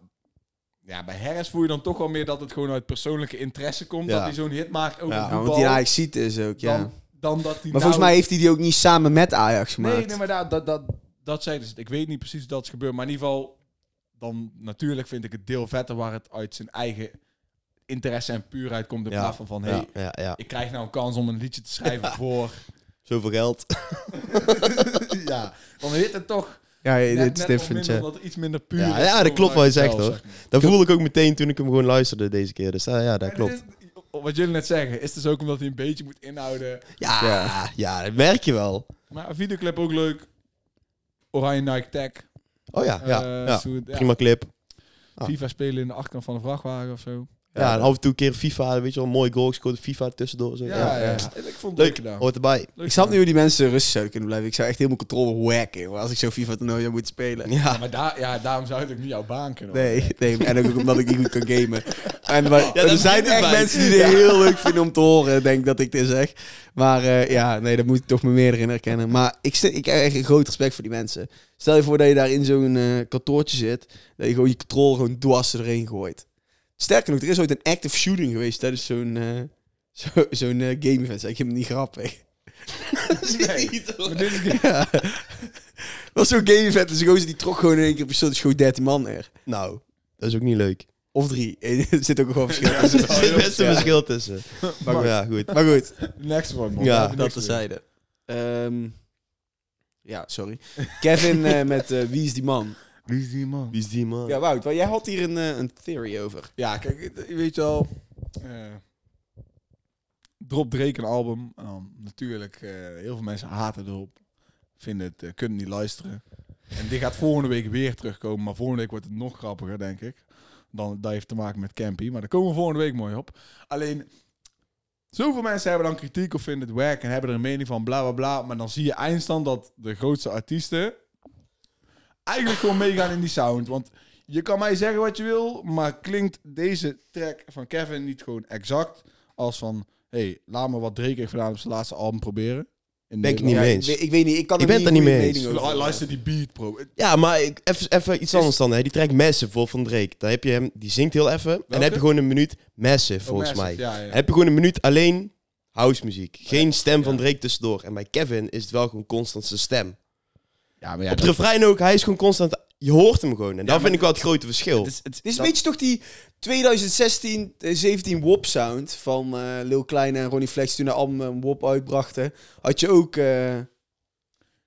S1: ja, bij Harris voel je dan toch wel meer dat het gewoon uit persoonlijke interesse komt.
S4: Ja.
S1: Dat hij zo'n hit maakt over
S4: Ja, want
S3: ja
S1: voetbal.
S3: want die Ajax ziet is ook, ja.
S1: dan, dan dat hij
S3: maar
S1: nou-
S3: volgens mij heeft hij die ook niet samen met Ajax gemaakt.
S1: Nee, nee, maar dat, dat, dat, dat zeiden ze. Ik weet niet precies hoe dat is gebeurd. Maar in ieder geval, dan natuurlijk vind ik het deel vetter waar het uit zijn eigen interesse en puurheid komt. In
S4: Ja.
S1: plaats van van, hey,
S4: Ja, ja, ja.
S1: ik krijg nou een kans om een liedje te schrijven voor...
S4: Zoveel geld.
S1: ja, dan heet het toch
S3: Ja,
S1: net,
S3: dit
S1: net
S3: is
S1: wat
S3: different, ja.
S1: minder, omdat het iets minder puur
S4: Ja,
S1: is
S4: ja, dat
S1: dan
S4: klopt wat je zegt,
S1: zelf,
S4: hoor.
S1: zeg maar.
S4: Dat voelde ik ook meteen toen ik hem gewoon luisterde deze keer. Dus ah, ja, dat
S1: En
S4: klopt.
S1: dit is- Wat jullie net zeggen, is dus ook omdat hij een beetje moet inhouden.
S4: Ja,
S3: Ja.
S4: ja. dat merk je wel.
S1: Maar een videoclip ook leuk. Oranje Nike Tech.
S4: Oh ja, ja,
S1: Eh,
S4: ja.
S1: zo- ja.
S4: Prima clip. Ah.
S1: FIFA spelen in de achterkant van de vrachtwagen of zo.
S4: Ja, en af en toe een keer FIFA, weet je wel, een mooi goal gescoord, FIFA tussendoor. Zo.
S1: Ja, ja, ja. Ik vond het leuk nou. gedaan.
S4: Hoort erbij.
S1: Leuk
S3: Ik snap
S1: gedaan.
S3: nu hoe die mensen rustig zouden kunnen blijven. Ik zou echt helemaal controle wacken hoor, als ik zo FIFA toernooi zou moeten spelen.
S1: Ja, maar daar, ja, daarom zou ik ook niet jouw baan kunnen. worden.
S3: Nee, nee, en ook omdat ik niet goed kan gamen. En maar, er
S4: begint
S3: zijn
S4: het
S3: echt
S4: bij.
S3: mensen die dit heel leuk vinden om te horen, denk dat ik dit zeg. Maar eh, ja, nee, daar moet ik toch me meer in herkennen. Maar ik, zit- ik heb echt een groot respect voor die mensen. Stel je voor dat je daar in zo'n eh, kantoortje zit, dat je gewoon je controle gewoon dwars erin gooit. Sterker nog, er is ooit een active shooting geweest tijdens zo'n eh, zo, zo'n eh, game event. Ik vind het niet grappig.
S1: Maar dit is niet-
S3: Ja. Dat was zo'n game event, dus een gozer die trok gewoon in één keer pistool, dus gewoon 13 man er.
S4: Nou, dat is ook niet leuk.
S3: Of drie. Er zit ook nog wel verschil
S1: Ja,
S4: Er
S1: dat is
S4: zit
S1: wel heel-
S4: best een
S1: ja.
S4: verschil tussen. Maar ja, goed.
S3: Maar goed,
S1: Next one, man.
S4: Ja,
S1: Daar heb ik
S3: dat
S1: niks mee.
S3: terzijde. Ehm ja, sorry. Kevin eh, met eh, Wie is die man?
S1: Wie is die man?
S4: Wie is die man?
S3: Ja, Wout, wel, jij had hier een, eh, een theory over.
S1: Ja, kijk, het- je weet wel. eh, drop Drake een album. En dan natuurlijk, eh, heel veel mensen haten erop. Vinden het, eh, kunnen niet luisteren. En dit gaat volgende week weer terugkomen. Maar volgende week wordt het nog grappiger, denk ik. Dan, dat heeft te maken met Campy. Maar daar komen we volgende week mooi op. Alleen, zoveel mensen hebben dan kritiek of vinden het werk. En hebben er een mening van bla bla bla. Maar dan zie je eindstand dat de grootste artiesten. eigenlijk gewoon meegaan in die sound. Want je kan mij zeggen wat je wil, maar klinkt deze track van Kevin niet gewoon exact als van... hey, laat me wat Drake heeft gedaan op zijn laatste album proberen. In
S4: Denk
S1: Nederland.
S4: ik niet mee
S3: ik,
S4: eens.
S3: weet- ik weet niet, ik kan
S4: Ik
S3: er
S4: ben het er niet
S3: een
S4: mee
S3: goede
S4: eens.
S3: mening
S1: Lu-
S3: over hebben.
S1: Luister die beat, bro. Het-
S4: Ja, maar ik- even, even iets anders dan. Hè. Die track Massive voor van Drake. Dan heb je hem, die zingt heel even. En dan heb je gewoon een minuut Massive, volgens
S1: oh, massive.
S4: mij.
S1: Ja, Oh, ja, ja.
S4: Dan heb je gewoon een minuut alleen house muziek. Geen stem van Drake tussendoor. En bij Kevin is het wel gewoon constant zijn stem.
S1: Ja, maar ja,
S4: Op het
S1: dat-
S4: refrein ook, hij is gewoon constant... Je hoort hem gewoon. En dat vind ik wel het grote verschil.
S3: Het is een beetje toch die 2016, eh, 17 WOP sound van eh, Lil Kleine en Ronnie Flex toen de album eh, WOP uitbrachten. Had je ook... eh,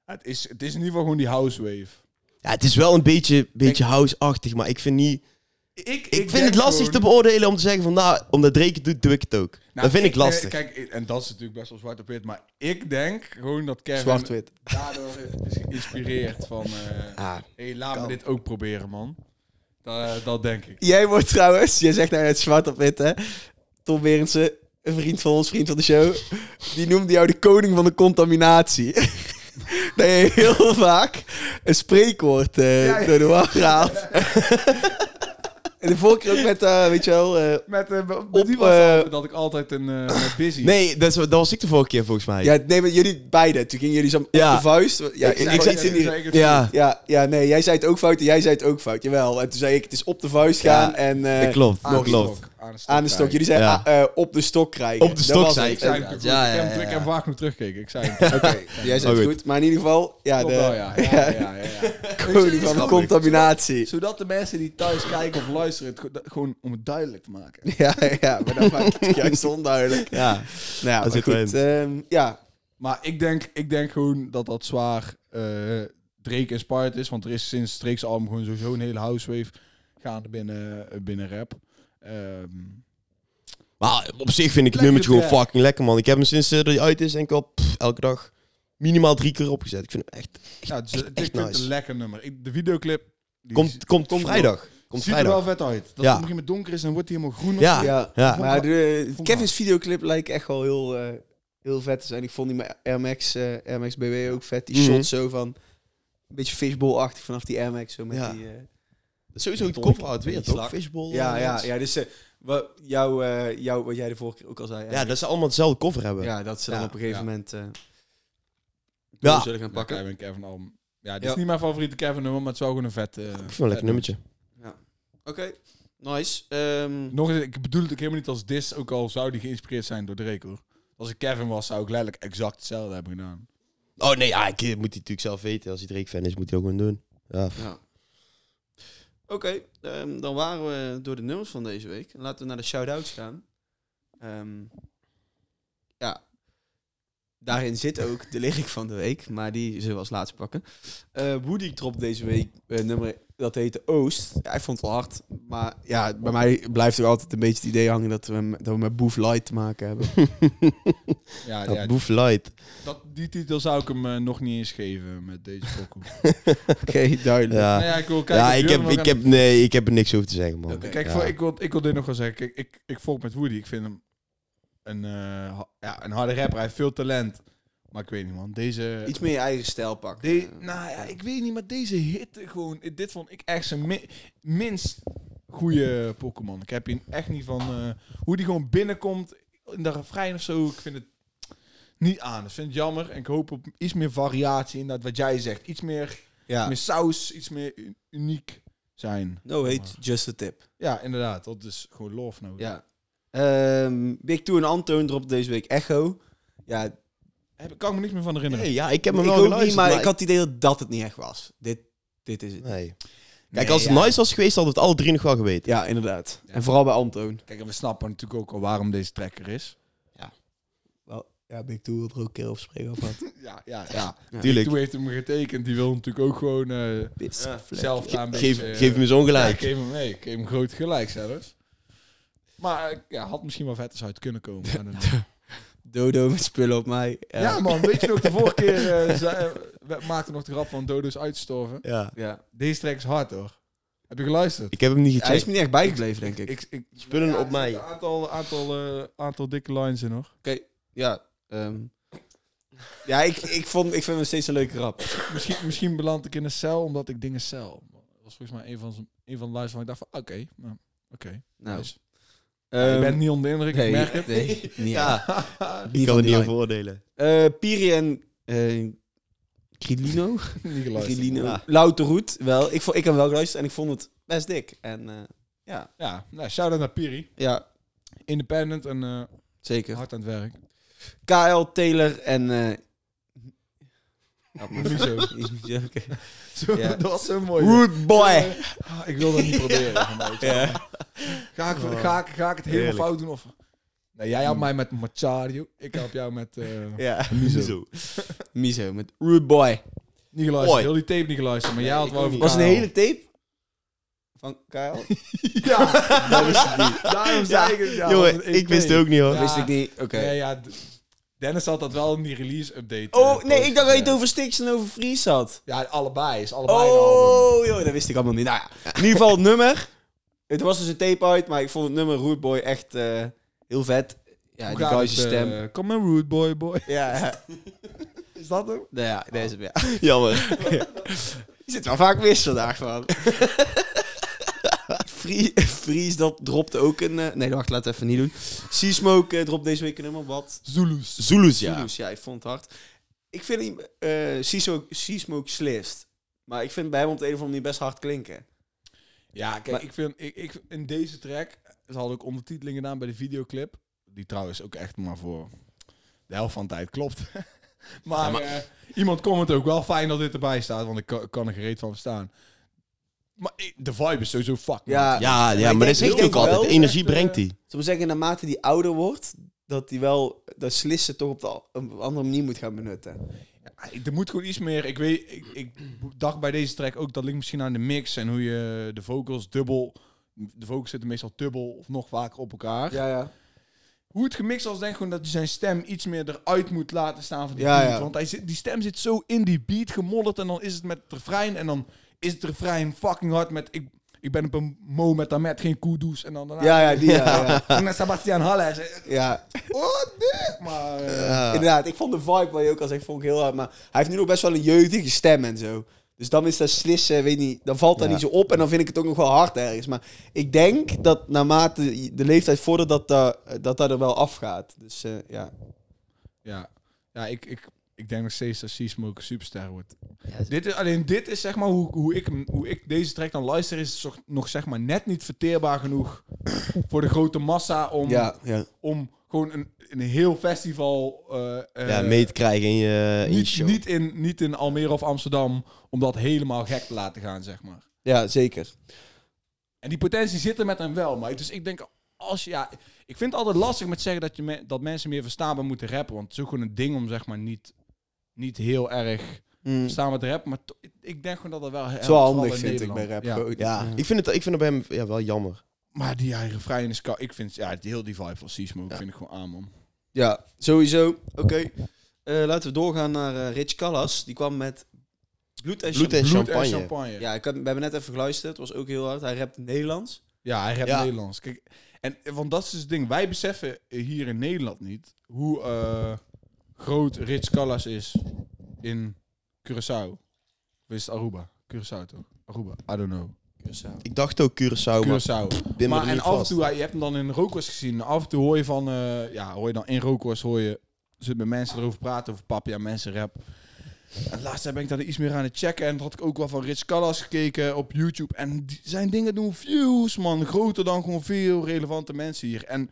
S1: het, is, het is in ieder geval gewoon die house wave.
S4: Ja, het is wel een beetje, beetje house-achtig, maar ik vind niet...
S1: Ik,
S4: Ik, vind het lastig te beoordelen om te zeggen van, nou, omdat Drake het doet, doe ik het ook. dat vind ik, lastig.
S1: Kijk, Nou, ik- en dat is natuurlijk best wel zwart op wit, maar ik denk gewoon dat Kevin
S3: Zwart-wit.
S1: daardoor is geïnspireerd van... eh,
S4: Ah,
S1: hey, laat me dit ook proberen, man. Dat, dat denk ik.
S3: Jij wordt trouwens, jij zegt nou net zwart op wit, hè? Tom Berendsen, een vriend van ons, vriend van de show, die noemde jou de koning van de contaminatie. dat je heel vaak een spreekwoord eh,
S1: Ja, ja.
S3: door de war haalt. en de vorige keer ook met, eh, weet je wel, eh,
S1: Met, eh, be-
S3: Op,
S1: die was
S3: eh,
S1: altijd dat ik altijd een eh, met busy.
S4: nee, dat, is- dat was ik de vorige keer volgens mij.
S3: ja, nee, maar jullie beiden. Toen gingen jullie zo
S4: Ja.
S3: op de vuist. Ja,
S4: Ik-
S3: ik,
S1: zei
S4: ik
S3: zei
S4: zei-
S3: iets in die-
S1: zei ik het
S4: Ja,
S1: goed.
S3: Ja, ja, nee, jij zei het ook fout en jij zei het ook fout. Jawel. En toen zei ik, het is op de vuist gaan
S4: Ja,
S3: en eh,
S4: dat klopt,
S1: Aan de
S4: dat klopt.
S1: stok,
S3: aan de stok. Jullie zeiden
S4: Ja.
S3: ah, eh, op de stok krijgen.
S4: Op de
S3: Dat
S4: stok
S3: was
S4: zei
S3: het.
S1: Ik zei
S4: Ja,
S1: het goed.
S4: ja,
S1: Ik heb-
S4: ja, ja.
S1: Ik heb vaak nog teruggekeken. Ik zei het.
S3: Oké, jij zei het
S4: Oh,
S3: goed. Maar in ieder geval, ja,
S1: Klopt
S3: de
S1: wel, ja. Ja, ja, ja, ja.
S3: code van de contaminatie.
S1: Zodat de mensen die thuis kijken of luisteren, het go- dat- gewoon om het duidelijk te maken.
S3: Ja, ja, maar dat maakt het juist onduidelijk.
S4: Ja.
S3: Nou ja,
S4: Dat
S3: maar
S4: zit
S3: goed. ehm, ja,
S1: Maar ik denk, ik denk gewoon dat dat zwaar eh Drake inspired is. Want er is sinds Drake's album gewoon sowieso een hele housewave gaande binnen, binnen rap. Ehm,
S4: Maar op zich vind ik het
S1: Lekkere
S4: nummertje gewoon
S1: track.
S4: fucking lekker, man. Ik heb hem sinds eh, dat hij uit is, denk ik al pff, elke dag minimaal drie keer opgezet. Ik vind hem echt...
S1: ja, het is,
S4: echt-
S1: ik
S4: echt
S1: vind het
S4: nice.
S1: een lekker nummer. Ik- de videoclip die zi-
S4: Komt, komt, vrijdag. Komt
S1: ziet er wel
S4: vrijdag.
S1: vet uit. Dat
S4: Ja.
S1: het begin met donker is en wordt hij helemaal groen.
S4: Ja,
S3: ja.
S4: ja.
S3: maar de,
S1: Vond
S3: Kevin's videoclip lijkt echt wel heel, eh, heel vet te zijn. Ik vond die met Air Max, eh, Air Max BW ook vet. Die
S4: Mhm.
S3: shot zo van, een beetje fishbowl-achtig vanaf die Air Max. Zo met
S4: Ja.
S3: die, eh,
S4: Sowieso die
S3: Tom,
S4: koffer uit weer,
S3: die
S4: toch?
S3: slak.
S4: Fishbowl.
S3: ja,
S4: eh,
S3: ja,
S4: dat-
S3: ja, dus eh, wat, jou, eh, jou, wat jij de vorige keer ook al zei.
S4: Ja, dat ze allemaal hetzelfde koffer hebben.
S3: ja, dat ze dan
S1: Ja,
S3: op een gegeven
S1: ja.
S3: moment eh
S4: Ja.
S3: door
S1: Dan
S3: zullen gaan pakken.
S1: krijgen we een Kevin album. Ja, dit
S3: Ja.
S1: is niet mijn favoriete Kevin nummer, maar het is wel gewoon een vet... eh,
S4: Ik vind het
S1: vet
S4: een lekker nummertje.
S3: Oké, nice. Ehm,
S1: Nog eens, ik bedoel het ook helemaal niet als dis, ook al zou die geïnspireerd zijn door Drake hoor. Als ik Kevin was, zou ik letterlijk exact hetzelfde hebben gedaan.
S4: Oh nee, ja, ik, moet hij natuurlijk zelf weten. Als hij Drake-fan is, moet hij ook gewoon doen. Ja, f-
S3: Ja. Oké, ehm, dan waren we door de nummers van deze week. Laten we naar de shout-outs gaan. Ehm, ja, daarin zit ook de lyric van de week, maar die zullen we als laatste pakken. Eh Woody dropt deze week eh, nummer, eh, dat heette Oost. Ja, ik vond het wel hard. Maar ja, bij mij blijft er altijd een beetje het idee hangen dat we, m- dat we met Boef Light te maken hebben.
S1: Ja,
S4: Ja,
S1: ja,
S4: Boef Light.
S1: dat, die titel zou ik hem eh, nog niet eens geven met deze pokoe.
S3: Oké, duidelijk.
S4: Ja,
S1: Nou ja, ik wil kijken
S4: ja
S1: of
S4: ik,
S1: jullie
S4: heb,
S1: nog
S4: ik,
S1: aan-
S4: heb, nee, ik heb er niks over te zeggen, man.
S3: Oké.
S1: Kijk,
S4: Ja.
S1: voor, ik, wil, ik wil dit nog wel zeggen. Kijk, ik, ik volg met Woody. Ik vind hem een, eh, ha- ja, een harde rapper. Hij heeft veel talent. Maar ik weet niet, man. Deze...
S3: Iets meer je eigen stijl pakken.
S1: de- nou ja, ik weet niet, maar deze hitte gewoon... eh, Dit vond ik echt zijn mi- minst goede Pokémon. Ik heb hier echt niet van... eh, hoe die gewoon binnenkomt in de refrein of zo. Ik vind het niet aan. Ik vind het jammer. En ik hoop op iets meer variatie in dat wat jij zegt. Iets meer,
S3: Ja.
S1: meer saus. Iets meer u- uniek zijn.
S3: No hate, just a tip.
S1: Ja, inderdaad. Dat is gewoon love nodig.
S3: Ja. Ehm, Big Two en Antoon dropt deze week Echo. Ja,
S1: Heb, kan ik me niks meer van herinneren.
S4: Nee, ja, ik heb hem
S3: ik
S4: wel
S3: ook niet,
S4: geluisterd,
S3: maar ik had het idee dat dat het niet echt was. Dit, dit is het.
S4: Nee.
S1: Nee,
S4: Kijk, als het
S1: ja.
S4: nice was geweest, hadden we het alle drie nog wel geweten.
S3: Ja, inderdaad. En vooral bij Antoon.
S1: Kijk, en we snappen natuurlijk ook al waarom deze trekker is.
S3: Ja, Big Two wil er ook een keer over spreken of wat.
S1: Ja, ja, ja.
S4: Tuurlijk.
S1: Toen heeft hem getekend. Die wil natuurlijk ook gewoon eh, zelf daar een
S4: Geef,
S1: beetje... eh,
S4: geef me zo'n
S1: ja,
S4: gelijk.
S1: ik geef hem mee. Ik geef hem groot gelijk zelfs. Maar eh, ja, had misschien wel vetters uit kunnen komen. I don't know.
S3: Dodo met spullen op mij.
S1: ja. man. Weet je nog, de vorige keer eh, zei- we maakten nog de grap van dodo's uitstorven.
S4: Ja.
S3: Ja.
S1: Deze track is hard, hoor. Heb je geluisterd?
S4: Ik heb hem niet
S3: Hij is
S4: gecheckt.
S3: me niet echt bijgebleven, denk ik.
S1: ik,
S4: Spullen
S1: ja,
S4: op mij.
S1: Een aantal, aantal, eh, aantal dikke lines in, hoor.
S3: Ja, ehm, ja ik, ik, vond, ik vind hem nog steeds een leuke rap.
S1: Misschien, misschien beland ik in een cel, omdat ik dingen cel. Dat was volgens mij een van, z'n- een van de luisteraars. waar Ik dacht van, oké, nou, oké.
S3: Nou,
S1: Nice.
S3: ehm,
S1: ik ben niet onder de indruk,
S3: nee,
S1: ik merk het.
S3: nee, niet echt.
S4: Ik
S3: van
S4: kan er niet
S3: die
S4: over
S3: lijn.
S4: oordelen.
S3: Eh, Piri en eh Krilino.
S1: niet geluisterd.
S3: Krilino. Louter Roet, wel. Ik, vond, ik heb wel geluisterd en ik vond het best dik. En eh, ja,
S1: Ja, nou, shout-out naar Piri.
S3: ja,
S1: Independent en eh,
S3: zeker.
S1: hard aan het werk.
S3: KL, Taylor en... eh
S1: Mizo.
S3: Oké.
S1: Zo,
S3: Ja.
S1: Dat was zo mooi.
S3: Rude boy.
S1: Eh, ah, ik wil dat niet proberen. van mij. Ga, ik, ga, ik, ga ik het helemaal
S4: Heerlijk.
S1: fout doen? Of... Nee, jij
S3: Hmm.
S1: helpt mij met Machario. Ik help jou met... eh,
S3: Ja.
S1: Mizo.
S4: Zo.
S3: Miso met Rude boy.
S1: Niet geluisterd,
S4: Mooi.
S1: heel die tape niet geluisterd. Maar jij had
S4: ik
S1: wel
S4: ook
S1: over
S3: was een
S1: Karel.
S3: hele tape van KL.
S1: Ja, dat wist ik niet. Daarom zei ik het. Ja, want
S4: Jongen, ik wist het ook niet hoor.
S1: Ja.
S3: Wist ik niet. Oké.
S1: Ah. Nee, ja, d- Dennis had dat wel in die release-update. eh,
S3: Oh, nee, ik dacht dat je het
S1: post,
S3: over Stix en over Fries had.
S1: eh, Ja, allebei. Is allebei een album.
S3: Oh, joh, dat wist ik allemaal niet. Nou ja, in ieder geval het nummer. Het was dus een tape uit, maar ik vond het nummer Root Boy echt eh, heel vet. Ja,
S1: Hoe
S3: die
S1: gaat
S3: guy's
S1: het,
S3: stem.
S1: eh, Come on, rude boy, boy.
S3: Ja, ja.
S1: Is dat hem?
S3: nou ja,
S1: Oh.
S3: deze, ja.
S4: Jammer.
S3: Je zit wel vaak mis vandaag, man. Free- Fries, dat dropt ook een... eh, nee, wacht, laat het even niet doen. Seasmoke eh, dropt deze week een nummer, wat?
S1: Zulus.
S4: Zulus,
S3: Ja.
S4: ja.
S3: ja, ik vond het hard. Ik vind hem... eh, Seasmoke- Seasmoke slist. Maar ik vind bij hem op de een of andere manier best hard klinken.
S1: Ja, kijk,
S3: Maar-
S1: ik vind ik, ik, in deze track, ze hadden ook ondertiteling gedaan bij de videoclip. Die trouwens ook echt maar voor de helft van de tijd klopt. maar eh, iemand comment ook wel fijn dat dit erbij staat, want ik kan, kan er gereed van verstaan. Maar ik- de vibe is sowieso fuck.
S3: Ja,
S4: Ja, ja,
S3: ik
S4: maar
S3: denk-
S4: dat
S3: ik
S4: zegt hij
S3: denk
S4: ook altijd.
S3: wel
S4: Energie
S1: echt, eh,
S4: brengt hij.
S3: Zullen we zeggen, naarmate die ouder wordt, dat die wel dat slissen toch op de al- op een andere manier moet gaan benutten.
S1: Er moet gewoon iets meer. Ik weet, ik, ik dacht bij deze track ook dat ligt misschien aan de mix en hoe je de vocals dubbel. De vocals zitten meestal dubbel of nog vaker op elkaar.
S3: Ja, ja.
S1: Hoe het gemixt was, denk ik gewoon dat je zijn stem iets meer eruit moet laten staan van die
S3: Ja,
S1: beat.
S3: ja.
S1: Want hij zit, die stem zit zo in die beat gemodderd en dan is het met het refrein en dan is het refrein fucking hard met ik, ik ben op een mo met met geen kudoes en dan daarna
S3: Ja, ja, die, ja, ja.
S1: en dan Sebastian Halle.
S3: ja.
S1: Oh, dit! Maar eh,
S3: Inderdaad, ik vond de vibe, wat je ook al zegt, vond ik heel hard. Maar hij heeft nu nog best wel een jeugdige stem en zo. Dus dan is dat slissen, weet niet, dan valt dat
S4: Ja.
S3: niet zo op. En dan vind ik het ook nog wel hard ergens. Maar ik denk dat naarmate de leeftijd vordert, dat dat, dat, dat er wel afgaat. Dus eh, ja.
S1: Ja, ja ik, ik, ik denk nog steeds dat C-Smoke een superster wordt.
S3: dus-
S1: Dit is, alleen dit is zeg maar hoe, hoe, ik, hem- hoe ik deze track dan luister, is toch nog zeg maar net niet verteerbaar genoeg voor de grote massa om,
S3: Ja, ja.
S1: om gewoon een, een heel festival eh, eh,
S4: Ja, mee te krijgen in je, in je
S1: niet,
S4: show.
S1: niet, in, niet in Almere of Amsterdam om dat helemaal gek te laten gaan, zeg maar.
S3: ja zeker.
S1: En die potentie zit er met hem wel. Maar dus ik denk, als je, ja, ik vind het altijd lastig met zeggen dat, je me- dat mensen meer verstaanbaar moeten rappen. Want het is ook gewoon een ding om zeg maar niet, niet heel erg
S3: Mm.
S1: Staan met rap, maar to- ik denk gewoon dat dat wel
S3: Het is wel
S1: helpt,
S3: handig,
S1: vooral in
S3: vind ik, bij rap.
S1: Nederland. Ja.
S3: gewoon.
S4: Ja, ik vind het, ik vind het bij hem ja, wel jammer.
S1: Maar die eigen vrij in de sky, ik vind, ja, heel die vibe van Sismo vind ik gewoon aan, man.
S3: Ja, sowieso. Oké. Eh, laten we doorgaan naar eh, Rich Callas. Die kwam met Bloed en
S4: Bloed en
S3: Champagne.
S1: Bloed
S4: champagne.
S1: en champagne. Ja,
S3: Ja, ik had, we hebben net even geluisterd. was ook heel hard. Hij rapt Nederlands.
S1: hij redt
S4: Ja.
S1: Nederlands. Kijk, en, want dat is dus het ding. Wij beseffen hier in Nederland niet hoe eh, groot Rich Callas is in Curaçao. Of is het Aruba? Curaçao toch? Aruba, I don't know.
S4: Ik dacht ook Curaçao, maar
S1: Curaçao.
S4: ben me
S1: Maar
S4: er
S1: en
S4: niet
S1: af en
S4: vast.
S1: toe, je hebt hem dan in Rookworst gezien. Af en toe hoor je van, eh, ja, hoor je dan in Rookworst, hoor je, zit met mensen erover praten, over papi en mensen rap. En laatst ben ik daar iets meer aan het checken. En dat had ik ook wel van Rich Callas gekeken op YouTube. En die, zijn dingen doen views, man. Groter dan gewoon veel relevante mensen hier. En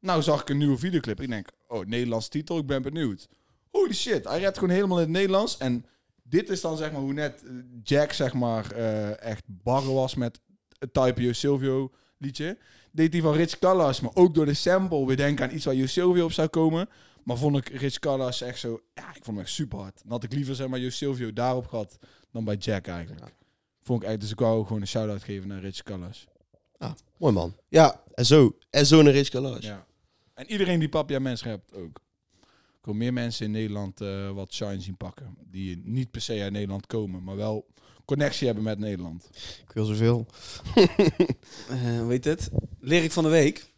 S1: nou zag ik een nieuwe videoclip. Ik denk, oh, Nederlands titel, ik ben benieuwd. Holy shit, hij redt gewoon helemaal in het Nederlands. En dit is dan zeg maar hoe net eh, Jack zeg maar eh, echt barren was met het Type Yo Silvio liedje. Deed die van Rich Callas, maar ook door de sample. We denken aan iets waar Yo Silvio op zou komen. Maar vond ik Rich Callas echt zo... Ja, ik vond hem echt super hard. Dan had ik liever zeg maar Yo Silvio daarop gehad dan bij Jack eigenlijk. Vond ik eigenlijk... Dus ik wou gewoon een shout-out geven naar Rich Callas.
S4: Mooi man.
S3: Ja,
S4: En zo. En zo naar Rich Kalas.
S1: Ja. En iedereen die Papia Mens hebt ook. Er komen meer mensen in Nederland eh, wat shine zien pakken. Die niet per se uit Nederland komen, maar wel connectie hebben met Nederland.
S2: Ik wil zoveel.
S3: eh, weet het. Lyric van de week.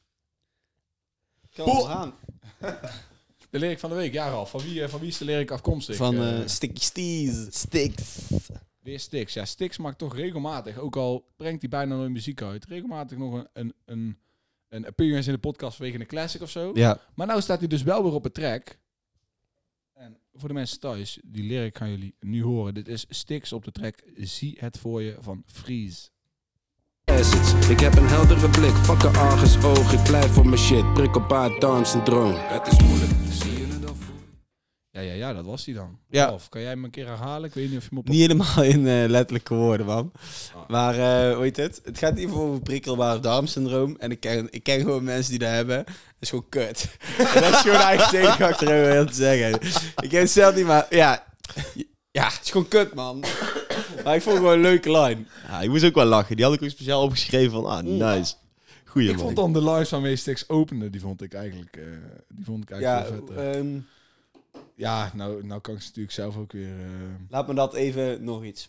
S3: Callas Haan.
S1: De lyric van de week, ja Ralf. Van wie, eh, van wie is de lyric afkomstig?
S3: Van
S1: Eh,
S3: eh Sticky Steez. Sticks.
S1: Weer Stix. Ja, Stix maakt toch regelmatig, ook al brengt hij bijna nooit muziek uit, regelmatig nog een, een, een, een appearance in de podcast vanwege een classic of zo.
S2: Ja.
S1: Maar nou staat hij dus wel weer op het track. En voor de mensen thuis, die lyric gaan jullie nu horen. Dit is Stix op de track Zie het voor je van Freeze.
S5: Assets. Ik heb een heldere blik, fuck argus oog. Ik blijf voor mijn shit, prik op haar Down-syndroom. Het is moeilijk, zie je het al voor je?
S1: Ja, ja, ja, dat was hij dan.
S2: Ja.
S1: Of kan jij hem een keer herhalen? Ik weet niet of je hem op...
S2: Niet helemaal in eh, letterlijke woorden, man.
S1: Ah.
S2: Maar eh hoe heet het? Het gaat in ieder geval over prikkelbaar darmsyndroom. En ik ken, ik ken gewoon mensen die dat hebben. Dat is gewoon kut. En dat is gewoon eigenlijk het enige wat ik erover wil te zeggen. Ik ken het zelf niet, maar ja. Ja, het is gewoon kut, man. Maar ik vond het gewoon een leuke line.
S4: Ja, ik moest ook wel lachen. Die had ik ook speciaal opgeschreven van, ah, nice. Goeie
S1: Ik
S4: man.
S1: vond dan de lives waarmee Stix opende, die vond ik eigenlijk, eh, die vond ik
S2: Ja,
S1: eigenlijk wel vet. eh.
S2: ehm,
S1: ja, nou, nou kan ik ze natuurlijk zelf ook weer... eh,
S2: laat me dat even nog iets.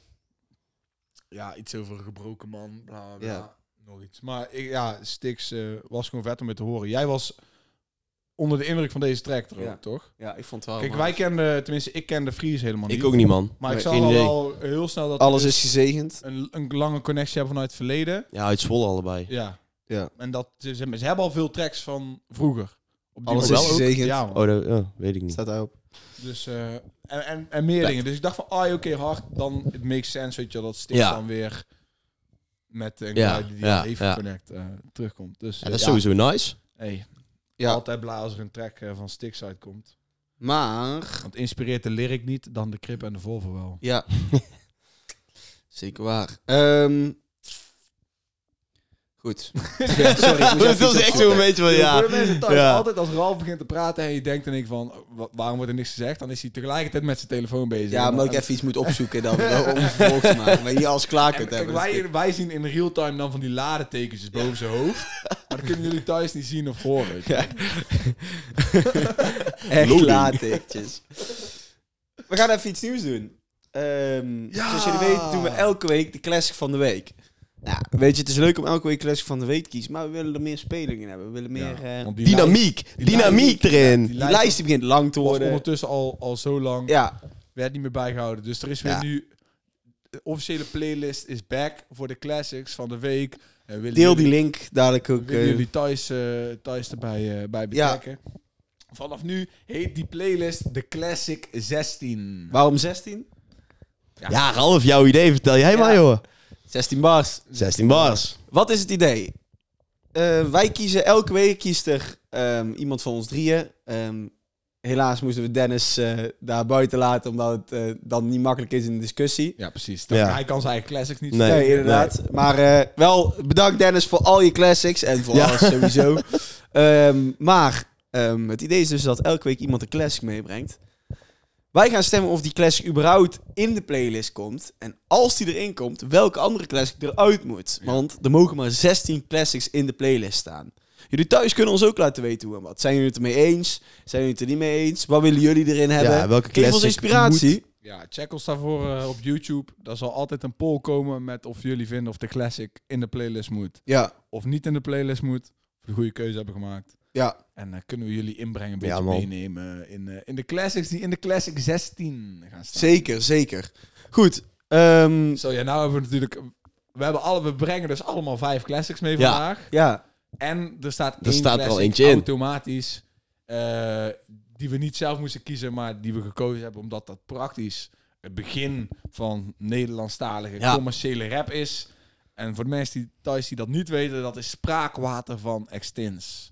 S1: ja, iets over een gebroken man, bla bla.
S2: Ja.
S1: Nog iets. Maar ik, ja, Stix eh, was gewoon vet om het te horen. Jij was onder de indruk van deze track er ook,
S2: Ja.
S1: toch?
S2: Ja, ik
S3: Oh,
S2: vond het wel.
S1: Kijk,
S2: maar-
S1: wij kenden, tenminste, ik kende Freeze helemaal niet.
S4: Ik ook niet, man.
S1: Maar ik
S4: Nee,
S1: zag
S4: geen
S1: al
S4: idee.
S1: wel heel snel dat
S3: Alles
S1: we
S3: is gezegend.
S1: een, een lange connectie hebben vanuit het verleden.
S4: Ja, uit Zwolle allebei.
S1: Ja.
S3: Ja.
S1: En dat, ze, ze hebben al veel tracks van vroeger. Op
S4: Alles
S1: manier.
S4: is
S1: Wel ook-
S3: gezegend.
S1: Ja, man.
S4: Oh, dat ja, weet ik niet.
S3: Staat daarop.
S1: Dus, eh, en, en, en meer dingen. Dus ik dacht van, ah, oké, hard. Dan, it makes sense, weet je, wel, dat Stix
S4: Ja.
S1: dan weer met een
S4: Ja,
S1: guy die
S4: ja,
S1: ja, even
S4: ja.
S1: connect eh, terugkomt. Dus
S4: Ja,
S1: eh,
S4: dat is
S1: ja,
S4: sowieso nice.
S1: hey,
S3: Ja.
S1: altijd blij als er een track eh, van Stix uitkomt.
S3: Maar,
S1: Want inspireert de lyric niet, dan de Crip en de Volvo wel.
S3: ja. Zeker waar. Ehm, goed. Ja, sorry. ik moest even
S4: Dat was
S3: iets
S4: echt zo'n
S3: opzoeken.
S4: beetje van, ja.
S1: Voor de mensen thuis,
S4: Ja.
S1: altijd als Ralf begint te praten en je denkt en ik van, "Oh, wa- waarom wordt er niks gezegd? Dan is hij tegelijkertijd met zijn telefoon bezig.
S3: Ja,
S1: En
S3: maar
S1: dan-
S3: ik even iets moet opzoeken dan, wel om vervolg te maken. Maar hier alles klaar
S1: En
S3: kunt
S1: kijk,
S3: hebben.
S1: wij, wij zien in real time dan van die ladetekentjes boven zijn hoofd. Maar dat kunnen jullie thuis niet zien of horen. weet je.
S3: Echt
S4: Loading.
S3: laatteekjes. We gaan even iets nieuws doen. Ehm,
S1: Ja.
S3: Zoals jullie weten doen we elke week de classic van de week. Nou, weet je, het is leuk om elke week classic van de week te kiezen, maar we willen er meer spelingen in hebben. We willen meer... eh,
S1: Want die
S4: Dynamiek.
S1: die
S4: Dynamiek
S1: die
S4: erin.
S3: die lijst die begint lang te
S1: was
S3: worden.
S1: ondertussen al, al zo lang.
S3: Ja,
S1: Werd niet meer bijgehouden. Dus er is weer
S3: Ja.
S1: nu... De officiële playlist is back voor de classics van de week. En willen
S3: deel die
S1: jullie,
S3: link dadelijk ook.
S1: willen
S3: eh,
S1: jullie thuis, eh, thuis erbij eh, bij
S3: Ja.
S1: betrekken. Vanaf nu heet die playlist de Classic 16.
S3: waarom 16?
S4: Ja, Ralf, jouw idee vertel jij maar, joh.
S3: 16 bars.
S4: 16 bars.
S3: Wat is het idee? Eh, wij kiezen elke week kiest er ehm, iemand van ons drieën. Ehm, helaas moesten we Dennis eh, daar buiten laten, omdat het eh, dan niet makkelijk is in de discussie.
S1: Ja, precies. Dan-
S4: Ja.
S1: Hij kan zijn eigen classics niet
S4: Nee.
S3: Nee, inderdaad. Maar eh, wel bedankt Dennis voor al je classics en voor
S4: Ja.
S3: alles sowieso. Ehm, maar ehm, het idee is dus dat elke week iemand een classic meebrengt. Wij gaan stemmen of die classic überhaupt in de playlist komt. En als die erin komt, welke andere classic eruit moet. Want er mogen maar 16 classics in de playlist staan. Jullie thuis kunnen ons ook laten weten hoe en wat. Zijn jullie het ermee eens? Zijn jullie het er niet mee eens? Wat willen jullie erin hebben?
S4: welke
S3: Geef ons
S4: classic
S3: inspiratie.
S1: Ja, check ons daarvoor eh, op YouTube. Daar zal altijd een poll komen met of jullie vinden of de classic in de playlist moet.
S6: Ja,
S1: Of niet in de playlist moet. Of de goede keuze hebben gemaakt.
S6: ja.
S1: En dan kunnen we jullie inbrengen, een
S4: Ja,
S1: beetje
S4: man.
S1: meenemen in, eh, in de classics die in de classic 16 gaan staan.
S6: Zeker, zeker. Goed. ehm,
S1: Zo, ja, nou hebben we natuurlijk... We, hebben alle, we brengen dus allemaal vijf classics mee
S4: Ja.
S1: vandaag.
S3: Ja,
S1: En er staat
S4: Er
S1: één
S4: staat er al
S1: classic
S4: eentje in.
S1: automatisch. eh, die we niet zelf moesten kiezen, maar die we gekozen hebben omdat dat praktisch het begin van Nederlandstalige
S3: Ja.
S1: commerciële rap is. En voor de mensen die thuis die dat niet weten, dat is Spraakwater van Extins.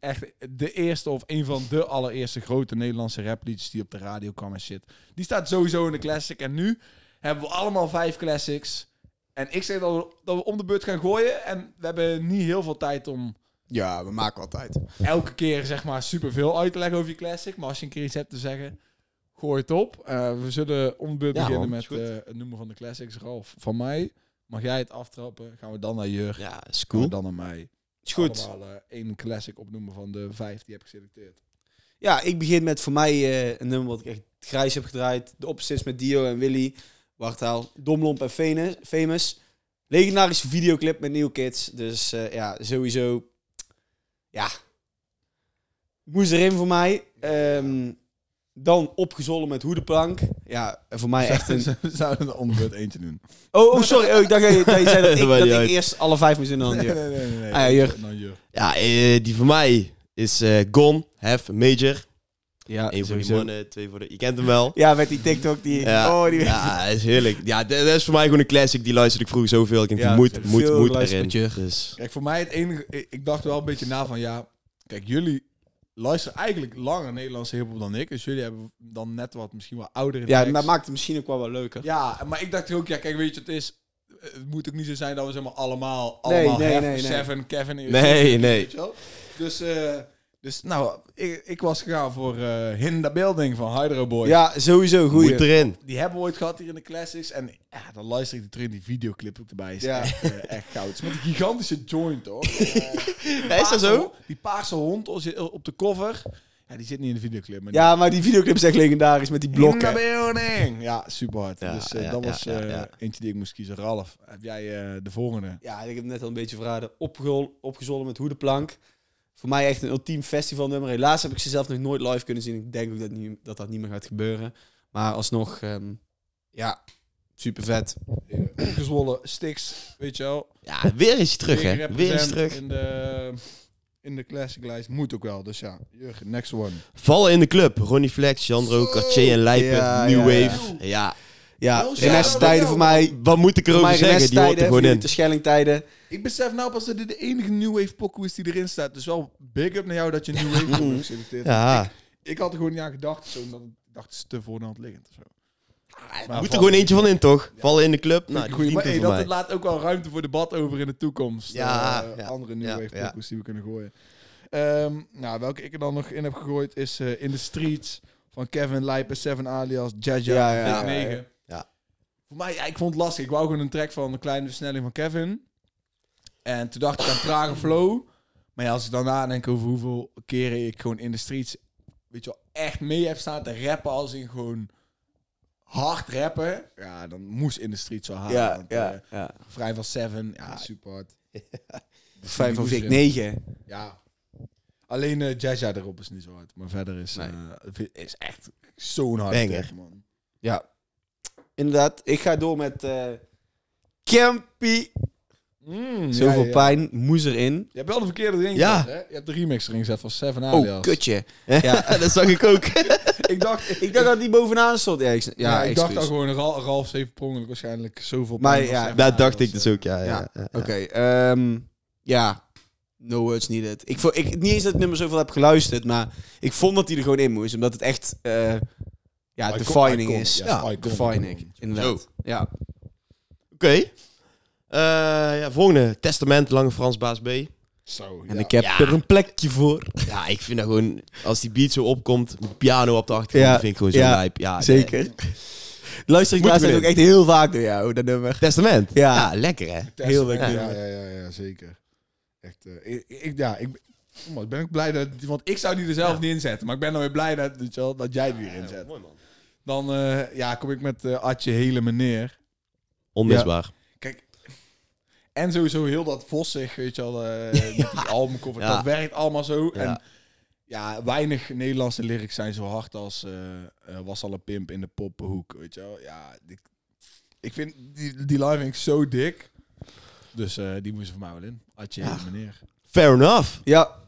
S1: Echt de eerste of een van de allereerste grote Nederlandse rapliedjes die op de radio kwam en shit. Die staat sowieso in de classic. En nu hebben we allemaal vijf classics. En ik zeg dat we, dat we om de beurt gaan gooien. En we hebben niet heel veel tijd om
S6: ja, we maken altijd.
S1: elke keer zeg maar superveel uit te leggen over je classic. Maar als je een keer iets hebt te zeggen, gooi het op. Eh, we zullen om de beurt
S4: Ja,
S1: beginnen
S4: man,
S1: met
S4: is goed.
S1: eh, het noemen van de classics. Ralf, van mij mag jij het aftrappen. Gaan we dan naar Jur.
S4: Ja, is
S1: Gaan we
S4: cool.
S1: dan naar mij.
S3: is goed.
S1: Allemaal eh, één classic opnoemen van de vijf die heb ik geselecteerd.
S3: Ja, ik begin met voor mij eh, een nummer wat ik echt grijs heb gedraaid. De opposites met Dio en Willy. Wartaal, Domlomp en Venus- Famous. Legendarische videoclip met New Kids. Dus eh, ja, sowieso. Ja. Moest erin voor mij. Ehm, dan opgezollen met hoedenplank. Ja, voor mij echt een...
S1: we zouden er om de beurt eentje doen.
S3: Oh, oh sorry. Oh, ik dacht dat je, dat je zei dat ik,
S4: Dat maakt
S3: dat
S4: niet
S3: ik
S4: uit.
S3: eerst alle vijf moest doen. Dan,
S1: Nee,
S3: Jur.
S1: nee, nee. nee, nee.
S3: Ah, ja, Jur.
S1: Dan Jur.
S4: Ja, eh, die van mij is eh Gone, Have, Major.
S3: Ja,
S4: Eén voor die
S3: sowieso.
S4: mannen, twee voor de... Je kent hem wel.
S3: Ja, met die TikTok. Die...
S4: Ja,
S3: Oh, die...
S4: ja, is heerlijk. Ja, dat dat is voor mij gewoon een classic. Die luisterde ik vroeger zoveel. Ik denk,
S3: Ja,
S4: die moet, moet,
S3: veel
S4: moet erin.
S3: luisterpotje.
S4: Dus,
S1: Kijk, voor mij het enige... Ik, ik dacht wel een beetje na van, ja... Kijk, jullie luisteren eigenlijk langer Nederlandse hiphop dan ik. Dus jullie hebben dan net wat, misschien wel oudere
S3: ja, nou,
S1: tracks.
S3: maar maakt het misschien ook wel wel leuker.
S1: Ja, maar ik dacht ook, ja, kijk, weet je, het is... Het moet ook niet zo zijn dat we zeg maar allemaal,
S3: Nee,
S1: allemaal
S3: nee,
S1: Hef,
S3: nee, nee.
S1: Seven, Kevin... en-
S4: Nee, nee.
S1: weet je wel? Dus, eh, dus nou, ik, ik was gegaan voor eh Hinda Building van Hydro Boy.
S3: Ja, sowieso. Goeie.
S4: moet erin.
S1: Die hebben we ooit gehad hier in de classics. En ja, dan luister ik die terug in die videoclip ook erbij. Is
S3: Ja.
S1: echt, eh, echt goud. Het is met een gigantische joint, hoor.
S4: is dat zo?
S1: Die paarse hond als je- eh, op de cover. Ja, die zit niet in de videoclip. Maar
S3: Ja, maar die videoclip is echt legendarisch met die
S1: die In
S3: blokken.
S1: de building! Ja, super hard.
S4: Ja,
S1: dus eh,
S4: ja,
S1: dat
S4: ja,
S1: was
S4: ja,
S1: eh,
S4: ja.
S1: eentje die ik moest kiezen. Ralf, heb jij eh, de volgende?
S3: Ja, ik heb het net al een beetje verraden. Opgezol, opgezollen met hoedenplank. Voor mij echt een ultiem festivalnummer. Helaas heb ik ze zelf nog nooit live kunnen zien. Ik denk ook dat niet, dat, dat niet meer gaat gebeuren. Maar alsnog, ehm, ja, super vet.
S1: Gezwollen, Stix, weet je wel.
S4: Ja, weer is hij terug,
S1: Big
S4: hè? Weer is hij
S1: represent
S4: terug.
S1: In de, in de classic lijst moet ook wel. Dus ja, Jurgen, next one.
S4: Vallen in de club. Ronnie Flex, Jandro, Cartier en Lijpen.
S3: Ja,
S4: New
S3: ja, ja.
S4: Wave. Ja,
S3: Ja,
S1: Oh, zo.
S3: Renesse tijden voor mij.
S4: wat moet ik
S3: Voor
S4: erover
S3: mij
S4: zeggen?
S3: Renesse
S4: Die hoort
S3: tijden,
S4: er
S3: voor
S4: gewoon
S3: jullie
S4: in.
S3: te Schellingtijden.
S1: Ik besef nou pas dat dit de enige New Wave pokoe is die erin staat. Dus wel big up naar jou dat je New Wave pokoe hebt geselecteerd.
S4: Ja,
S1: Ik had er gewoon niet aan gedacht. Zo, omdat ik dacht, het is te voor de hand liggend. of Zo. Maar
S4: moet er
S1: van-
S4: gewoon eentje van in, toch? Vallen in de club.
S1: Vind
S4: Nou,
S1: ik
S4: die
S1: een goeie.
S4: verdient
S1: Maar
S4: er
S1: hey, dat
S4: voor mij.
S1: het laat ook wel ruimte voor debat over in de toekomst.
S4: Ja,
S1: Eh,
S4: ja,
S1: andere New
S4: ja,
S1: Wave
S4: ja.
S1: pokoes die we kunnen gooien. Ehm, nou, welke ik er dan nog in heb gegooid is eh, In the Streets van Kevin Lijpen, Seven Alias, Jaja,
S3: Ja, ja,
S1: Vic
S3: ja,
S1: Negen.
S4: Ja.
S1: Voor mij, ja, ik vond het lastig. Ik wou gewoon een track van een kleine versnelling van Kevin. En toen dacht ik aan trage flow. Maar ja, als ik dan nadenk over hoeveel keren ik gewoon in de streets, weet je wel, echt mee heb staan te rappen als in gewoon hard rappen. Ja, dan moest in de streets wel
S4: Ah,
S1: hard.
S3: Ja,
S1: want, eh,
S3: ja, ja.
S1: Vrij van Seven, ja, super hard.
S3: Vijf van Vic
S1: Moest erin.
S3: 9.
S1: Ja. Alleen eh Jaja erop is niet zo hard. Maar verder is, eh is echt zo'n hard
S4: Banger.
S1: track, man.
S3: Ja. Inderdaad, ik ga door met eh Campy. Mm, Zoveel pijn, moes erin.
S1: Je hebt wel de verkeerde erin
S4: Ja.
S1: gezet, hè? Je hebt de remix erin gezet van Seven Alias.
S3: Oh, kutje.
S4: Ja, dat zag ik ook.
S1: Ik dacht,
S3: Ik dacht dat die bovenaan stond. Ja, ik, ja,
S1: ja, ik dacht
S3: excuus.
S1: al gewoon, Ra- Ralf heeft per ongeluk waarschijnlijk zoveel
S3: Maar
S1: pijn van
S3: ja,
S1: Seven
S4: Dat dacht ik
S1: Alias,
S4: dus
S1: eh.
S4: ook, ja. ja, ja.
S3: Oké, ehm, ja. No words needed. Ik vond, ik, niet eens dat ik het nummer zoveel heb geluisterd, maar ik vond dat die er gewoon in moest. Omdat het echt, eh, ja,
S1: Icon-
S3: defining
S1: icon,
S3: is.
S1: ja,
S3: Ja,
S1: icon.
S3: defining. Inderdaad. Ja.
S4: Oké. Eh, ja, volgende. Testament, Lange Frans, Baas B.
S1: Zo,
S2: En
S1: ja.
S2: ik heb
S4: Ja.
S2: er een plekje voor.
S4: Ja, ik vind dat gewoon... Als die beat zo opkomt, met piano op de achtergrond,
S2: Ja,
S4: dat vind ik gewoon zo
S2: ja,
S4: lijp. Ja,
S2: Zeker. Luister ik
S4: Moet
S2: daar
S4: weer
S2: zijn ook
S4: in.
S2: echt heel vaak door jou, dat nummer.
S4: Testament. Ah,
S2: Ja.
S4: lekker hè.
S2: Heel leuk
S1: Ja, ja,
S2: nummer.
S1: ja, ja, ja, zeker. Echt, eh, ik, ik- ja, ik, oh man, ik ben ook blij dat... Want ik zou die er zelf niet in zetten. Maar ik ben nou weer blij dat, weet je wel, dat jij die erin zet.
S4: mooi man.
S1: Dan eh, ja, kom ik met eh Atje hele meneer.
S4: Onmisbaar.
S1: Kijk, en sowieso heel dat vossig, weet je wel, eh met die albumcover,
S4: Ja.
S1: dat werkt allemaal zo.
S4: Ja.
S1: En ja, weinig Nederlandse lyrics zijn zo hard als eh, eh, was al een pimp in de poppenhoek, weet je wel. Ja, ik, ik vind die, die live vind ik zo dik. Dus eh, die moest er voor mij wel in. Atje, meneer.
S4: Fair enough.
S2: Ja.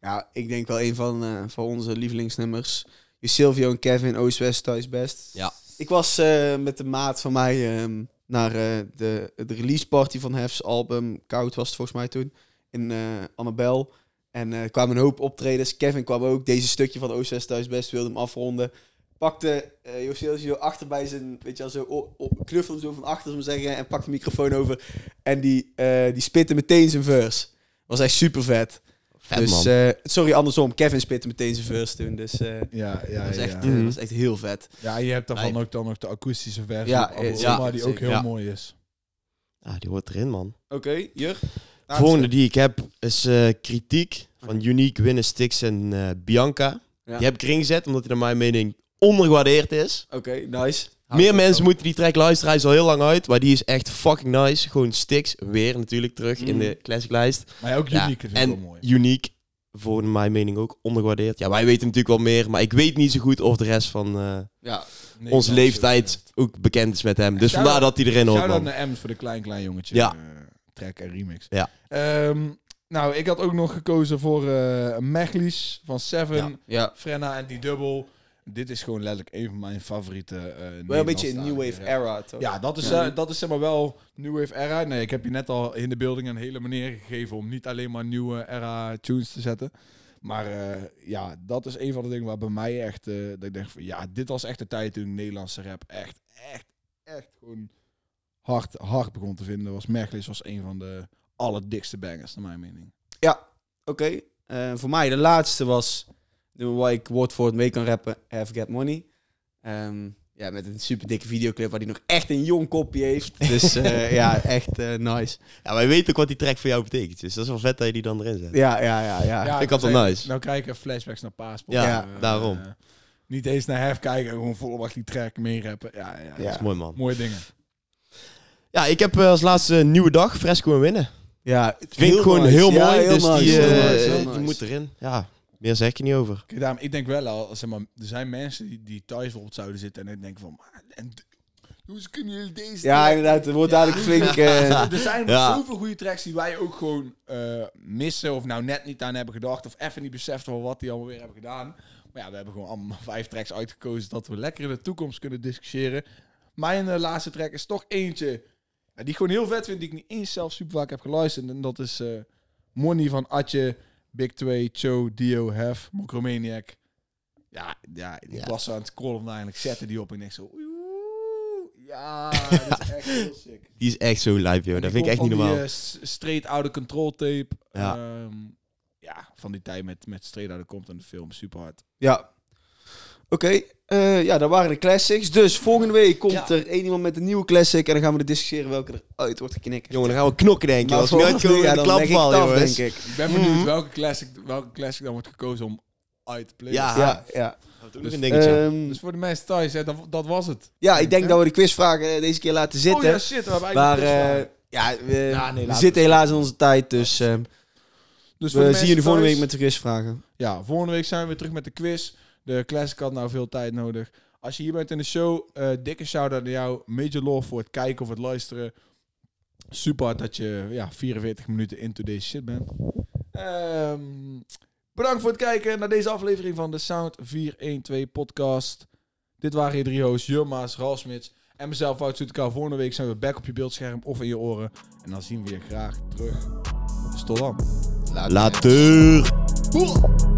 S3: Ja, ik denk wel een van, eh, van onze lievelingsnummers. Je Silvio en Kevin, Oost West, Thuis Best.
S4: Ja.
S3: Ik was eh, met de maat van mij ehm, naar eh, de, de release party van Hef's album. Koud was het volgens mij toen. In eh Annabel. En eh, er kwamen een hoop optredens. Kevin kwam ook. Deze stukje van Oost West, Thuis Best wilde hem afronden. Pakte eh Jo Silvio achter bij zijn, weet je wel, zo, o- o- knuffelde hem zo van achter, zo zeggen. En pakte de microfoon over. En die, eh, die spitte meteen zijn verse. Was echt super vet
S4: Vet
S3: dus
S4: man.
S3: eh, sorry, andersom. Kevin spitte meteen zijn verse toen. Dus eh,
S1: Ja, ja,
S3: dat, was
S1: ja.
S3: echt,
S4: Mhm.
S3: eh, dat was echt heel vet.
S1: ja, je hebt daarvan
S4: Nee.
S1: ook dan nog de akoestische versie
S3: Ja,
S1: op Abba
S3: eh, ja,
S1: Oma, die ook
S3: zeker.
S1: heel
S4: Ja.
S1: mooi is.
S4: Ah, die hoort erin man.
S3: Oké, Jur.
S4: De volgende die ik heb is eh, kritiek van Unique, Winnen, Stix en eh, Bianca.
S3: Ja.
S4: Die heb ik erin gezet omdat die naar mijn mening ondergewaardeerd is.
S3: Oké, nice.
S4: Meer mensen moeten die track luisteren. Hij is al heel lang uit, maar die is echt fucking nice. Gewoon Stix weer natuurlijk terug in de classic lijst.
S1: Maar ja, ook
S4: Ja,
S1: uniek vind ik wel
S4: En
S1: mooi.
S4: Unique, voor mijn mening ook ondergewaardeerd. Ja, wij weten natuurlijk wel meer, maar ik weet niet zo goed of de rest van eh,
S3: Ja,
S1: Nee,
S4: onze
S1: dat is
S4: leeftijd ook bekend is met hem. Dus
S1: Shout-out-
S4: vandaar dat hij erin hoort.
S1: Shout out
S4: man.
S1: naar Ems voor de klein klein jongetje.
S4: Ja.
S1: eh, track en remix.
S4: Ja.
S1: Ehm, nou, ik had ook nog gekozen voor eh Mechlies van Seven,
S3: ja.
S1: Frenna en die dubbel. Dit is gewoon letterlijk een van mijn favoriete. eh
S3: Wel een beetje een new
S1: Nederlandstalige
S3: wave era, toch?
S1: Ja, dat is, eh, dat is zeg maar wel New Wave Era. Nee, ik heb je net al in de building een hele manier gegeven om niet alleen maar nieuwe Era tunes te zetten. Maar eh, ja, dat is een van de dingen waar bij mij echt, eh, dat ik denk van ja, dit was echt de tijd toen ik Nederlandse rap echt, echt, echt gewoon hard, hard begon te vinden. Was Merklis was een van de allerdikste bangers, naar mijn mening.
S3: Oké, eh, voor mij de laatste was nummer waar ik woord voor het mee kan rappen. Have Get Money. Ehm, ja, met een super dikke videoclip waar hij nog echt een jong kopje heeft. Dus eh, ja, echt eh, nice.
S4: Ja, wij weten ook wat die track voor jou betekent. Dus dat is wel vet dat je die dan erin zet.
S3: Ja, ja, ja, ja.
S1: Ja,
S4: ik had wel
S1: nou,
S4: nice.
S1: Nou kijken flashbacks naar Paasport.
S4: Ja, daarom.
S1: eh, niet eens naar Hef kijken, gewoon volwacht die track meerappen. Ja, ja,
S4: Dat is mooi man.
S1: mooie dingen.
S4: Ja, ik heb eh, als laatste nieuwe dag, Fresco en winnen.
S3: ja
S4: Vind ik gewoon heel mooi,
S3: Ja, heel
S4: dus
S3: nice,
S4: die,
S3: heel
S4: eh,
S3: nice, heel
S4: die
S3: nice.
S4: moet erin. Ja, meer zeg ik er niet over.
S1: Kijk, daarom, ik denk wel al, zeg maar, er zijn mensen die, die thuis bijvoorbeeld zouden zitten en ik denk van, maar, en, hoe ze kunnen jullie deze...
S4: eh,
S3: Ja,
S1: track-
S3: inderdaad. Het wordt dadelijk flink... eh,
S1: er zijn
S4: Ja.
S1: zoveel goede tracks die wij ook gewoon eh, missen of nou net niet aan hebben gedacht of even niet beseft van wat die allemaal weer hebben gedaan. Maar ja, we hebben gewoon allemaal vijf tracks uitgekozen dat we lekker in de toekomst kunnen discussiëren. Mijn eh, laatste track is toch eentje ja, die ik gewoon heel vet vind, die ik niet eens zelf super vaak heb geluisterd. En dat is eh, Money van Atje, Big 2, Cho, Dio, Hef, Mokromaniac. Ja, ja, ik
S4: Ja.
S1: was aan het scrollen en eigenlijk zette die op en ik zo... oeh, Ja, dat is echt heel sick.
S4: Die is echt zo lijp, joh. Dat vind ik echt niet
S1: Van die,
S4: normaal.
S1: eh, s- straight out of control tape.
S4: Ja.
S1: Ja. ja, van die tijd met, met straight out of komt en de film super hard.
S3: Ja. Oké, eh, ja, dat waren de classics. Dus volgende week komt
S4: Ja.
S3: er één iemand met een nieuwe classic. En dan gaan we discussiëren welke eruit wordt geknikken.
S4: Jongen, dan gaan we knokken, denk je.
S3: Maar
S4: Als we niet
S3: volgens
S4: uitkomen,
S3: mij, ja,
S4: dan
S3: dan leg ik
S4: klapval,
S3: het af,
S4: jongens.
S3: denk ik.
S1: Ik ben
S4: Hmm.
S1: benieuwd welke, classic, welke classic dan wordt gekozen om uit te playen.
S4: Ja.
S3: Ja, ja.
S4: Dat is ook nog een dingetje.
S3: Ehm,
S1: Dus voor de mensen thuis, hè, dat, dat was het.
S3: ja, ik denk dat we de quizvragen eh, deze keer laten
S1: Oh ja,
S3: zitten.
S1: shit, we hebben
S3: maar
S1: eigenlijk
S3: eh,
S1: niks gedaan.
S3: ja, we,
S1: Ja, nee, laten
S3: we
S1: we
S3: zitten helaas in onze tijd. Dus ehm,
S1: dus voor de
S3: we
S1: mensen
S3: zien jullie volgende week
S1: thuis-
S3: met de quizvragen.
S1: Ja, volgende week zijn we weer terug met de quiz. De classic had nou veel tijd nodig. Als je hier bent in de show, eh, dikke shout-out naar jou. Major love voor het kijken of het luisteren. Super hard dat je ja, 44 minuten into deze shit bent. Ehm, bedankt voor het kijken naar deze aflevering van de Sound 412 podcast. Dit waren je drie hosts, Jurma's, Ralf Smits en mezelf, Wout Zoetekou. Volgende week zijn we back op je beeldscherm of in je oren. En
S3: Eh,
S1: dan zien we je graag terug. Dus tot dan.
S4: Later.
S1: Boah.